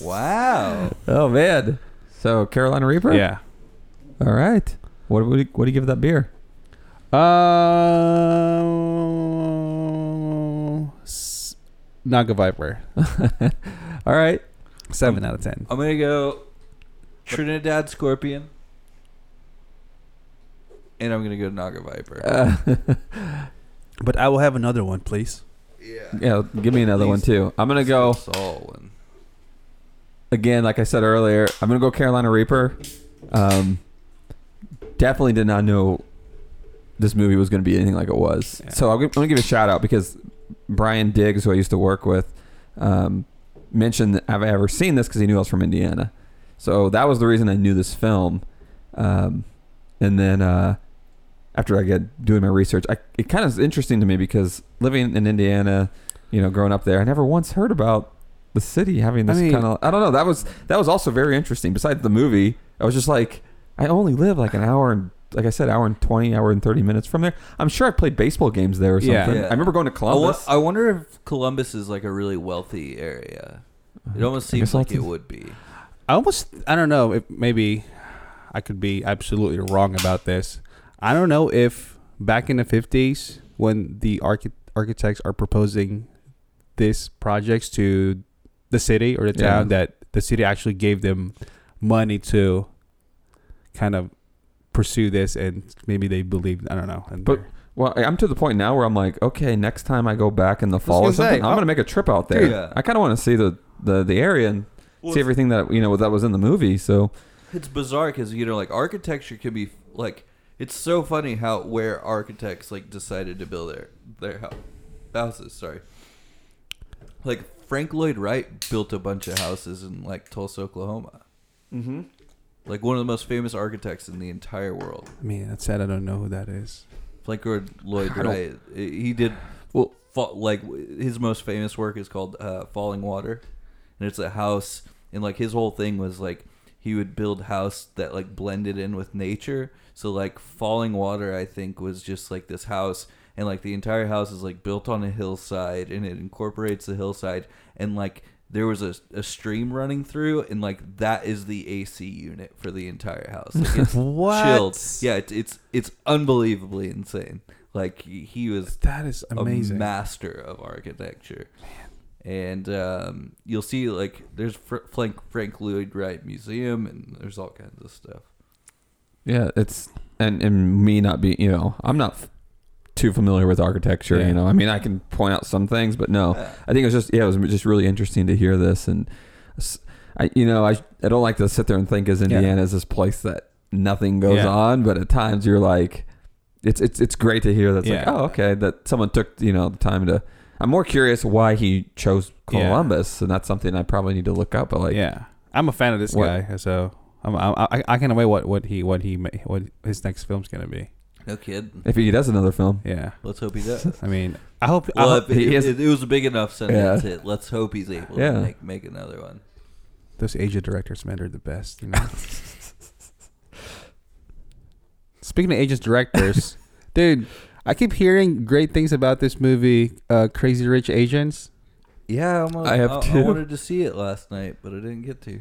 S3: Wow.
S2: oh man so Carolina Reaper
S4: yeah
S2: all right what do we, what do you give that beer
S4: Um, s- Naga Viper.
S2: all right
S4: Seven out of ten.
S3: I'm gonna go Trinidad Scorpion, and I'm gonna go Naga Viper.
S2: Uh,
S4: But I will have another one, please.
S3: yeah,
S2: yeah give me another one too I'm gonna go
S3: Saul one.
S2: again, like I said earlier, I'm gonna go Carolina Reaper. Um, definitely did not know this movie was gonna be anything like it was.
S4: Yeah.
S2: So I'm gonna, I'm gonna give a shout out because Brian Diggs, who I used to work with, um, mentioned that have I ever seen this because he knew I was from Indiana. So that was the reason I knew this film. Um, and then uh, after I get doing my research, I, it kind of is interesting to me because living in Indiana, you know, growing up there, I never once heard about the city having
S4: I
S2: this
S4: mean-
S2: kind of. I don't know. That was that was also very interesting. Besides the movie, I was just like, I only live like an hour and. Like I said, hour and twenty, hour and thirty minutes from there. I'm sure I played baseball games there or something.
S4: Yeah.
S3: Yeah.
S2: I remember going to
S3: I, wa-
S2: Columbus.
S3: I wonder if Columbus is like a really wealthy area. It almost
S2: I guess
S3: seems like
S2: I'll-
S3: it would be.
S4: I almost I don't know if maybe I could be absolutely wrong about this. I don't know if back in the fifties when the archi- architects are proposing this projects to the city or the
S2: Yeah.
S4: town that the city actually gave them money to kind of pursue this and maybe they believed I don't know. And
S2: But Well, I- I'm to the point now where I'm like, okay, next time I go back in the fall or
S4: gonna say,
S2: something, I'm
S4: oh,
S2: gonna make a trip out there.
S3: dude. Yeah.
S2: I kind of want to see the, the the area and see everything that you know that was in the movie. So
S3: It's bizarre because you know, like architecture can be like it's so funny how where architects like decided to build their their hou- houses. Sorry, like Frank Lloyd Wright built a bunch of houses in like Tulsa, Oklahoma. Mm-hmm. Like one of the most famous architects in the entire world,
S4: I mean, that's sad I don't know who that is.
S3: Frank Lloyd Wright. He did
S2: well,
S3: fa- like his most famous work is called uh, Falling Water, and it's a house. And like his whole thing was like he would build house that like blended in with nature. So like Falling Water, I think was just like this house, and like the entire house is like built on a hillside, and it incorporates the hillside, and like there was a, a stream running through and like that is the ac unit for the entire house like, it's
S4: What?
S3: chilled yeah it, it's it's unbelievably insane like he, he was
S4: That is amazing.
S3: a master of architecture. And um, you'll see, like, there's Fr- Frank, Frank Lloyd Wright Museum, and there's all kinds of stuff.
S2: yeah, it's and and me not be you know I'm not f- too familiar with architecture.
S4: Yeah.
S2: You know, I mean, I can point out some things, but no, I think it was just yeah, it was just really interesting to hear this and. s- I, you know, I, I don't like to sit there and think as
S4: Yeah.
S2: Indiana is this place that nothing goes
S4: Yeah.
S2: on, but at times you're like, it's it's it's great to hear that's like
S4: Yeah.
S2: oh okay that someone took you know the time to i'm more curious why he chose columbus and that's something i probably need to look up but like
S4: yeah, I'm a fan of this
S2: What-
S4: guy, so I'm, I'm, I I can't wait what what he what he ma- what his next film's gonna be.
S3: No kid.
S2: if he does another film
S4: Yeah,
S3: Let's hope he does.
S4: I mean, I hope. I
S3: well,
S4: hope
S3: if it,
S2: he is-
S3: it, it was a big enough sentence
S2: Yeah.
S3: hit. Let's hope he's able
S2: Yeah.
S3: to make, make another one.
S4: those Asia directors, man, are the best. You know. Speaking of Asian directors, dude, I keep hearing great things about this movie, uh, Crazy Rich Asians.
S3: Yeah, I'm a,
S2: I have
S3: I, I
S2: two.
S3: wanted to see it last night, but I didn't get to.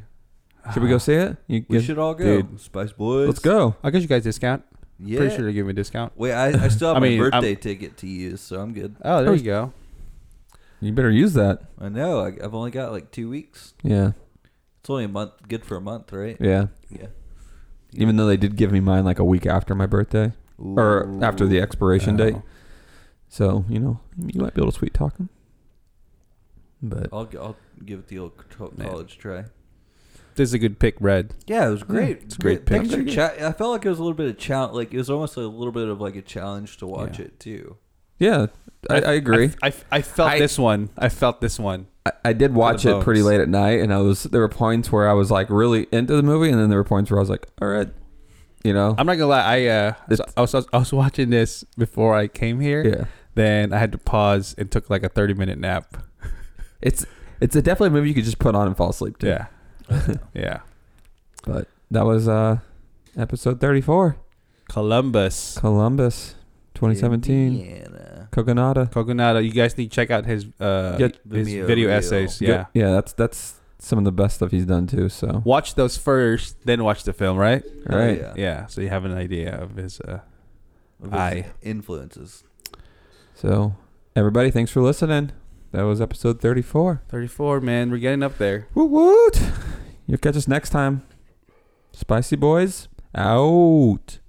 S2: should
S4: Uh,
S2: we go see it you
S3: We
S2: get-
S3: should all go.
S4: Dude.
S3: Spice Boys.
S2: let's go
S4: I'll get you guys a discount.
S3: Yeah.
S4: Pretty sure they give me a discount.
S3: Wait, I, I still have
S4: I
S3: my
S4: mean, I'm-
S3: birthday ticket to use, so I'm good.
S4: Oh, there you go.
S2: you better use that
S3: I know. I, I've only got like two weeks.
S2: yeah
S3: It's only a month. Good for a month, right?
S2: yeah
S3: Yeah.
S2: even though they did give me mine like a week after my birthday or after the expiration date
S4: Oh.
S2: so you know you might be able to sweet talk him but
S3: I'll, g- I'll give it the old co-
S4: Man.
S3: college try.
S4: This is a good pick, Red.
S3: Yeah, it was great.
S4: it's a great pick.
S3: Thanks for cha- I felt like it was a little bit of challenge. Like it was almost a little bit of like a challenge to watch
S4: Yeah.
S3: it too.
S2: yeah i, I agree
S4: I, f- I felt
S2: I-
S4: this one. I felt this one.
S2: I, I did watch it
S4: bones.
S2: pretty late at night, and I was there were points where I was like really into the movie, and then there were points where I was like, all right, you know,
S4: I'm not gonna lie. I uh,
S2: It's-
S4: I was, I was I was watching this before I came here.
S2: yeah,
S4: Then I had to pause and took like a 30 minute nap.
S2: it's it's a definitely a movie you could just put on and fall asleep to.
S4: Yeah, yeah.
S2: but that was uh episode thirty four,
S4: Columbus,
S2: Columbus, 2017,
S3: Indiana.
S2: Coconata.
S4: Coconado. You guys need to check out his
S2: uh,
S4: uh
S2: Get-
S4: his
S3: Vimeo
S4: video,
S3: reel.
S4: essays. Yeah.
S2: Good- yeah, that's that's some of the best stuff he's done too. So
S4: Watch those first, then watch the film. Right?
S2: all right,
S3: Oh, Yeah.
S4: Yeah. So you have an idea of his. Uh,
S3: Of his
S4: Aye.
S3: influences.
S2: so everybody, thanks for listening. That was episode thirty four.
S4: 34 man we're getting up there
S2: Woot woot! You'll catch us next time. Spicy boys out.